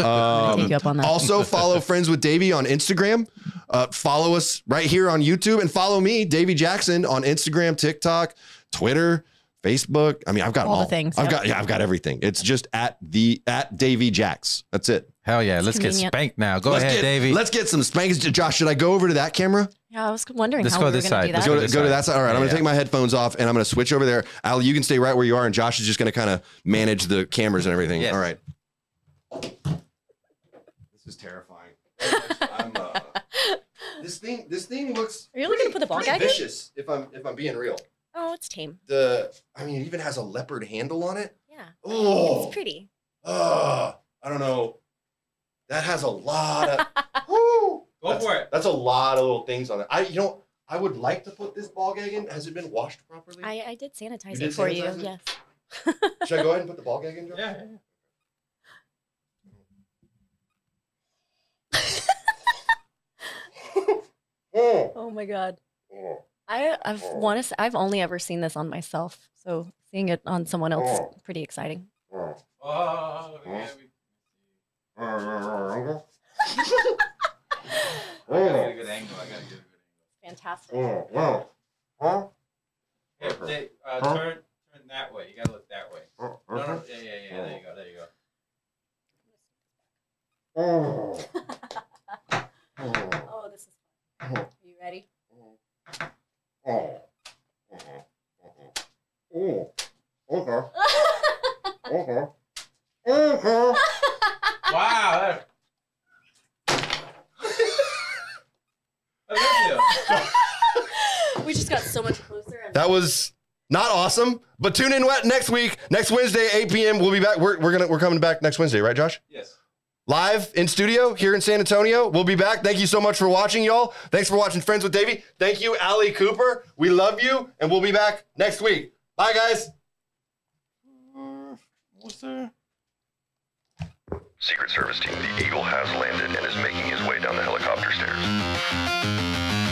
C: I'll
A: Um,
C: (laughs) take you up on
A: (laughs)
C: that.
A: also, follow Friends with Davey on Instagram. Uh, follow us right here on YouTube and follow me, Davey Jackson, on Instagram, TikTok, Twitter, Facebook. I mean, I've got
C: All
A: all,
C: the things,
A: I've
C: yep.
A: got yeah, I've got everything. It's just at the at Davey Jacks. That's it.
B: Hell yeah,
C: It's
B: let's get
C: convenient.
B: spanked now. Go
A: let's
B: ahead,
A: get,
B: Davey.
A: Let's get some spanks. Josh, should I go over to that camera?
C: yeah, I was wondering
B: Let's
C: how
B: go
C: we were
B: this
C: going to
B: side.
C: do
B: Let's
C: that.
A: Go to,
B: this
A: go to
B: side.
A: that side. All right, I'm
B: Yeah,
A: gonna
B: yeah.
A: take my headphones off and I'm gonna switch over there. Al, you can stay right where you are, and Josh is just gonna kind of manage the cameras and everything.
B: Yes.
A: All right. This is terrifying. I'm,
C: (laughs)
A: uh, this thing, this thing looks.
C: Are you looking to put the ball
A: pretty
C: gag in?
A: Vicious, if I'm if I'm being real.
C: oh, it's tame.
A: The, I mean, it even has a leopard handle on it.
C: Yeah.
A: Oh,
C: It's pretty.
A: ah, I don't know. That has a lot
C: (laughs)
A: of. Woo!
B: Go
A: That's-
B: for it.
A: That's a lot of little things on it. I, you know, I would like to put this ball gag in. Has it been washed properly?
C: I, I did sanitize
A: You did
C: it for you.
A: sanitize it?
C: Yes.
A: Should I go ahead and put the ball gag in? Josh? Oh,
C: Oh my god.
A: oh,
C: I I've want to. I've only ever seen this on myself, so seeing it on someone else is pretty exciting. (gasps)
A: oh,
B: Oh,
A: yeah,
B: (laughs)
A: (laughs)
B: good angle. I gotta get a good angle.
C: Fantastic.
A: oh, oh, oh, Here, Huh?
B: uh, turn, turn that way. You gotta look that way.
A: oh,
B: yeah, yeah,
A: yeah, there you
B: go, there you go.
A: oh, oh.
C: Oh, this is.
A: fun.
C: Are you ready? (laughs)
A: Oh. Oh. Okay. Okay. Okay.
B: Wow. That...
C: we just got so much closer. And
A: That was not awesome, but tune in wet next week. Next Wednesday, 8 p.m. We'll be back. We're, we're gonna we're coming back next Wednesday, right, Josh?
B: Yes.
A: Live in studio here in San Antonio. We'll be back. Thank you so much for watching, y'all. Thanks for watching Friends with Davey. Thank you, Allie Cooper. We love you, and we'll be back next week. Bye, guys.
B: Uh, What's there?
D: Secret Service team, the Eagle has landed and is making his way down the helicopter stairs.